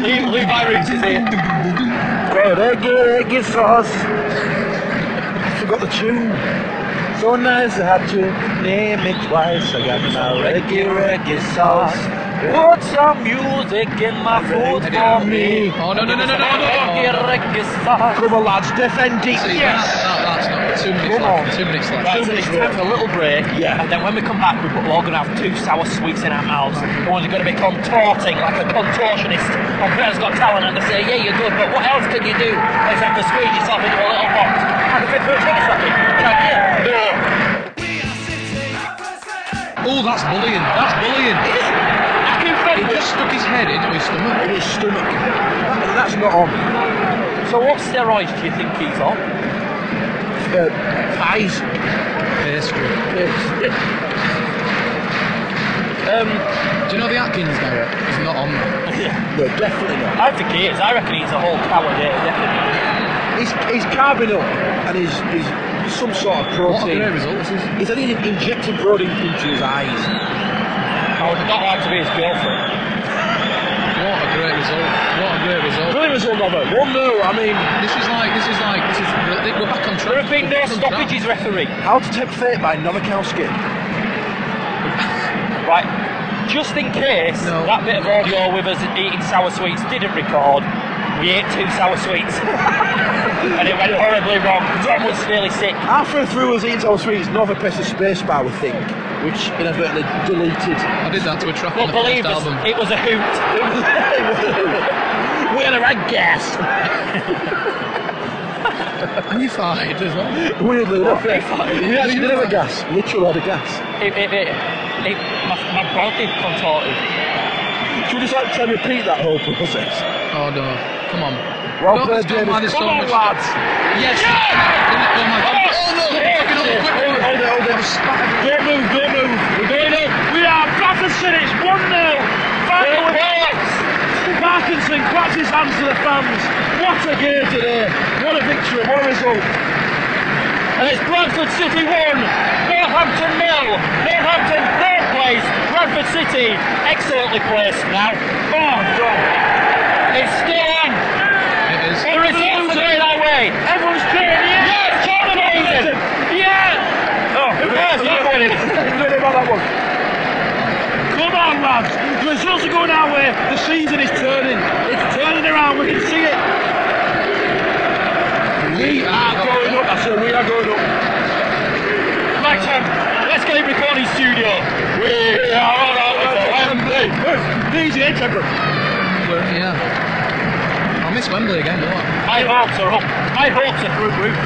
B: Days. Even Lou Byron is here.
C: Well, they give, they give for us. I forgot the tune. So nice I had to name it twice. I got my reggae reggae sauce.
B: Put some music in my food for me.
D: Oh, no, no, no, no, no, no.
B: Reggae, reggae star.
C: Come on, lads, defend deep.
D: See,
C: Yes.
D: That, that, that's not two minutes
C: Come
D: left.
C: on.
B: Right, so
D: Two minutes left.
B: it's time for a little break,
C: Yeah.
B: and then when we come back, we- we're all going to have two sour sweets in our mouths. The one's going to be contorting like a contortionist on Britain's Got Talent, and they say, "Yeah, you're good, but what else can you do except for squeeze yourself into a little box?" And the fifth one, tennis racket. Like, yeah.
D: Oh, that's bullying. That's bullying.
B: I can
D: He
B: fend
D: just stuck his head into his stomach.
C: In his stomach. That- that's not on.
B: it. So, what steroids do you think he's on?
C: Uh, pies.
D: Pastry. Do you know the Atkins diet? It's not on there.
C: No, definitely not.
B: I think he is. I reckon he's a whole cow a day, definitely.
C: He's, he's carbing up and he's, he's some sort of
D: What a great
C: protein.
D: result this is.
C: He's only injecting protein into his eyes.
B: I would not like to be his girlfriend.
D: What a great result. What a great result.
C: Brilliant result, Robert. 1 0. I mean,
D: This is like, this is like, this is, we're back on
B: There
D: track.
B: have been no
D: We're back on track.
B: stoppages, referee.
C: how to take fate by Novikowski.
B: Right, just in case
D: No.
B: that bit of audio with us eating sour sweets didn't record, we ate two sour sweets. and it went horribly wrong. Tom was really sick.
C: After through was eating all three, Nova pressed the spacebar, we think, which inadvertently deleted.
D: I did that to a track
B: But
D: on the first
B: believe us,
D: album.
B: it was a hoot.
C: We're the right guest.
D: And you fired as well.
C: Weirdly enough, yeah, you did have a gas. Literally had a gas.
B: It, it, it, it, my, my body contorted.
C: Should we just like try and repeat that whole process?
D: Oh no. Come on.
C: Well
D: Don't-
C: played,
D: don't mind
C: David.
D: this
C: Come on,
D: so much.
C: lads.
D: Yes! Oh my god. Oh no! Fucking up, quick, quick,
C: Hold it,
D: quick.
C: hold it, hold it. Don't move, don't move. We're going up.
B: We are Patterson, it's 1 0.
C: Parkinson claps his hands to the fans. What a game today. What a victory, what a result.
B: And it's Bradford City 1, Northampton 0. Northampton third place, Bradford City excellently placed now. Oh, God. It's still on.
D: It is.
B: The results are going our way. Everyone's cheering. Yes, John Mason. Yes. Oh, yes, you're winning.
C: Don't worry about that one. Come on, lads. The results are going our way. The season is turning. It's turning around. We can see it. We are
B: Ah,
C: going up. I said we are going up.
B: Right, Tom, let's get it recording studio. We are on our way to Wembley.
C: Easy, eh, Trevor?
D: We're- Yeah. I'll miss Wembley again, don't I?
B: My hopes are up. My hopes are through the roof.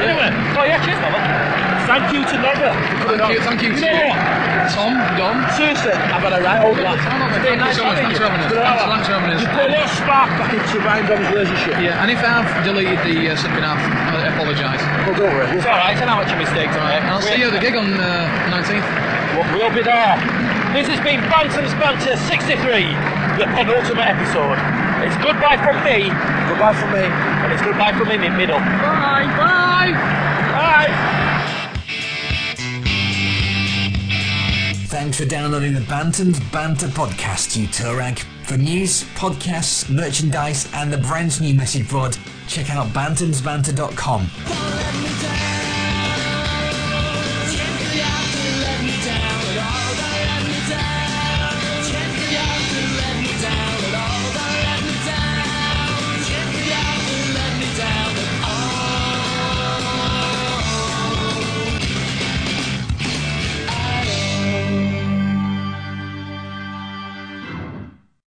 B: Anyway, oh yeah, cheers, Mama. Thank you to Never.
D: Thank you, thank you.
B: You know what?
D: Tom, Dom.
C: Seriously, I've had a right old laugh.
D: Thank you so much. Thanks for having us. Thanks for- thanks for having us.
C: You put a lot of spark back into Ryan Dom's relationship.
D: Yeah, and if I've deleted the uh, second half, I apologise.
C: Well, don't worry.
B: It's alright, it's an amateur mistake, alright.
D: I'll see you at the gig on uh, 19th.
B: We'll be there. This has been Bantam's Banter 63, the penultimate episode. It's goodbye from me,
C: Goodbye for me.
B: and it's goodbye from him in middle.
D: Bye, bye.
B: Bye.
A: Thanks for downloading the Bantam's Banter podcast, you Turag. For news, podcasts, merchandise, and the brand new message board, check out bantamsbanter.com.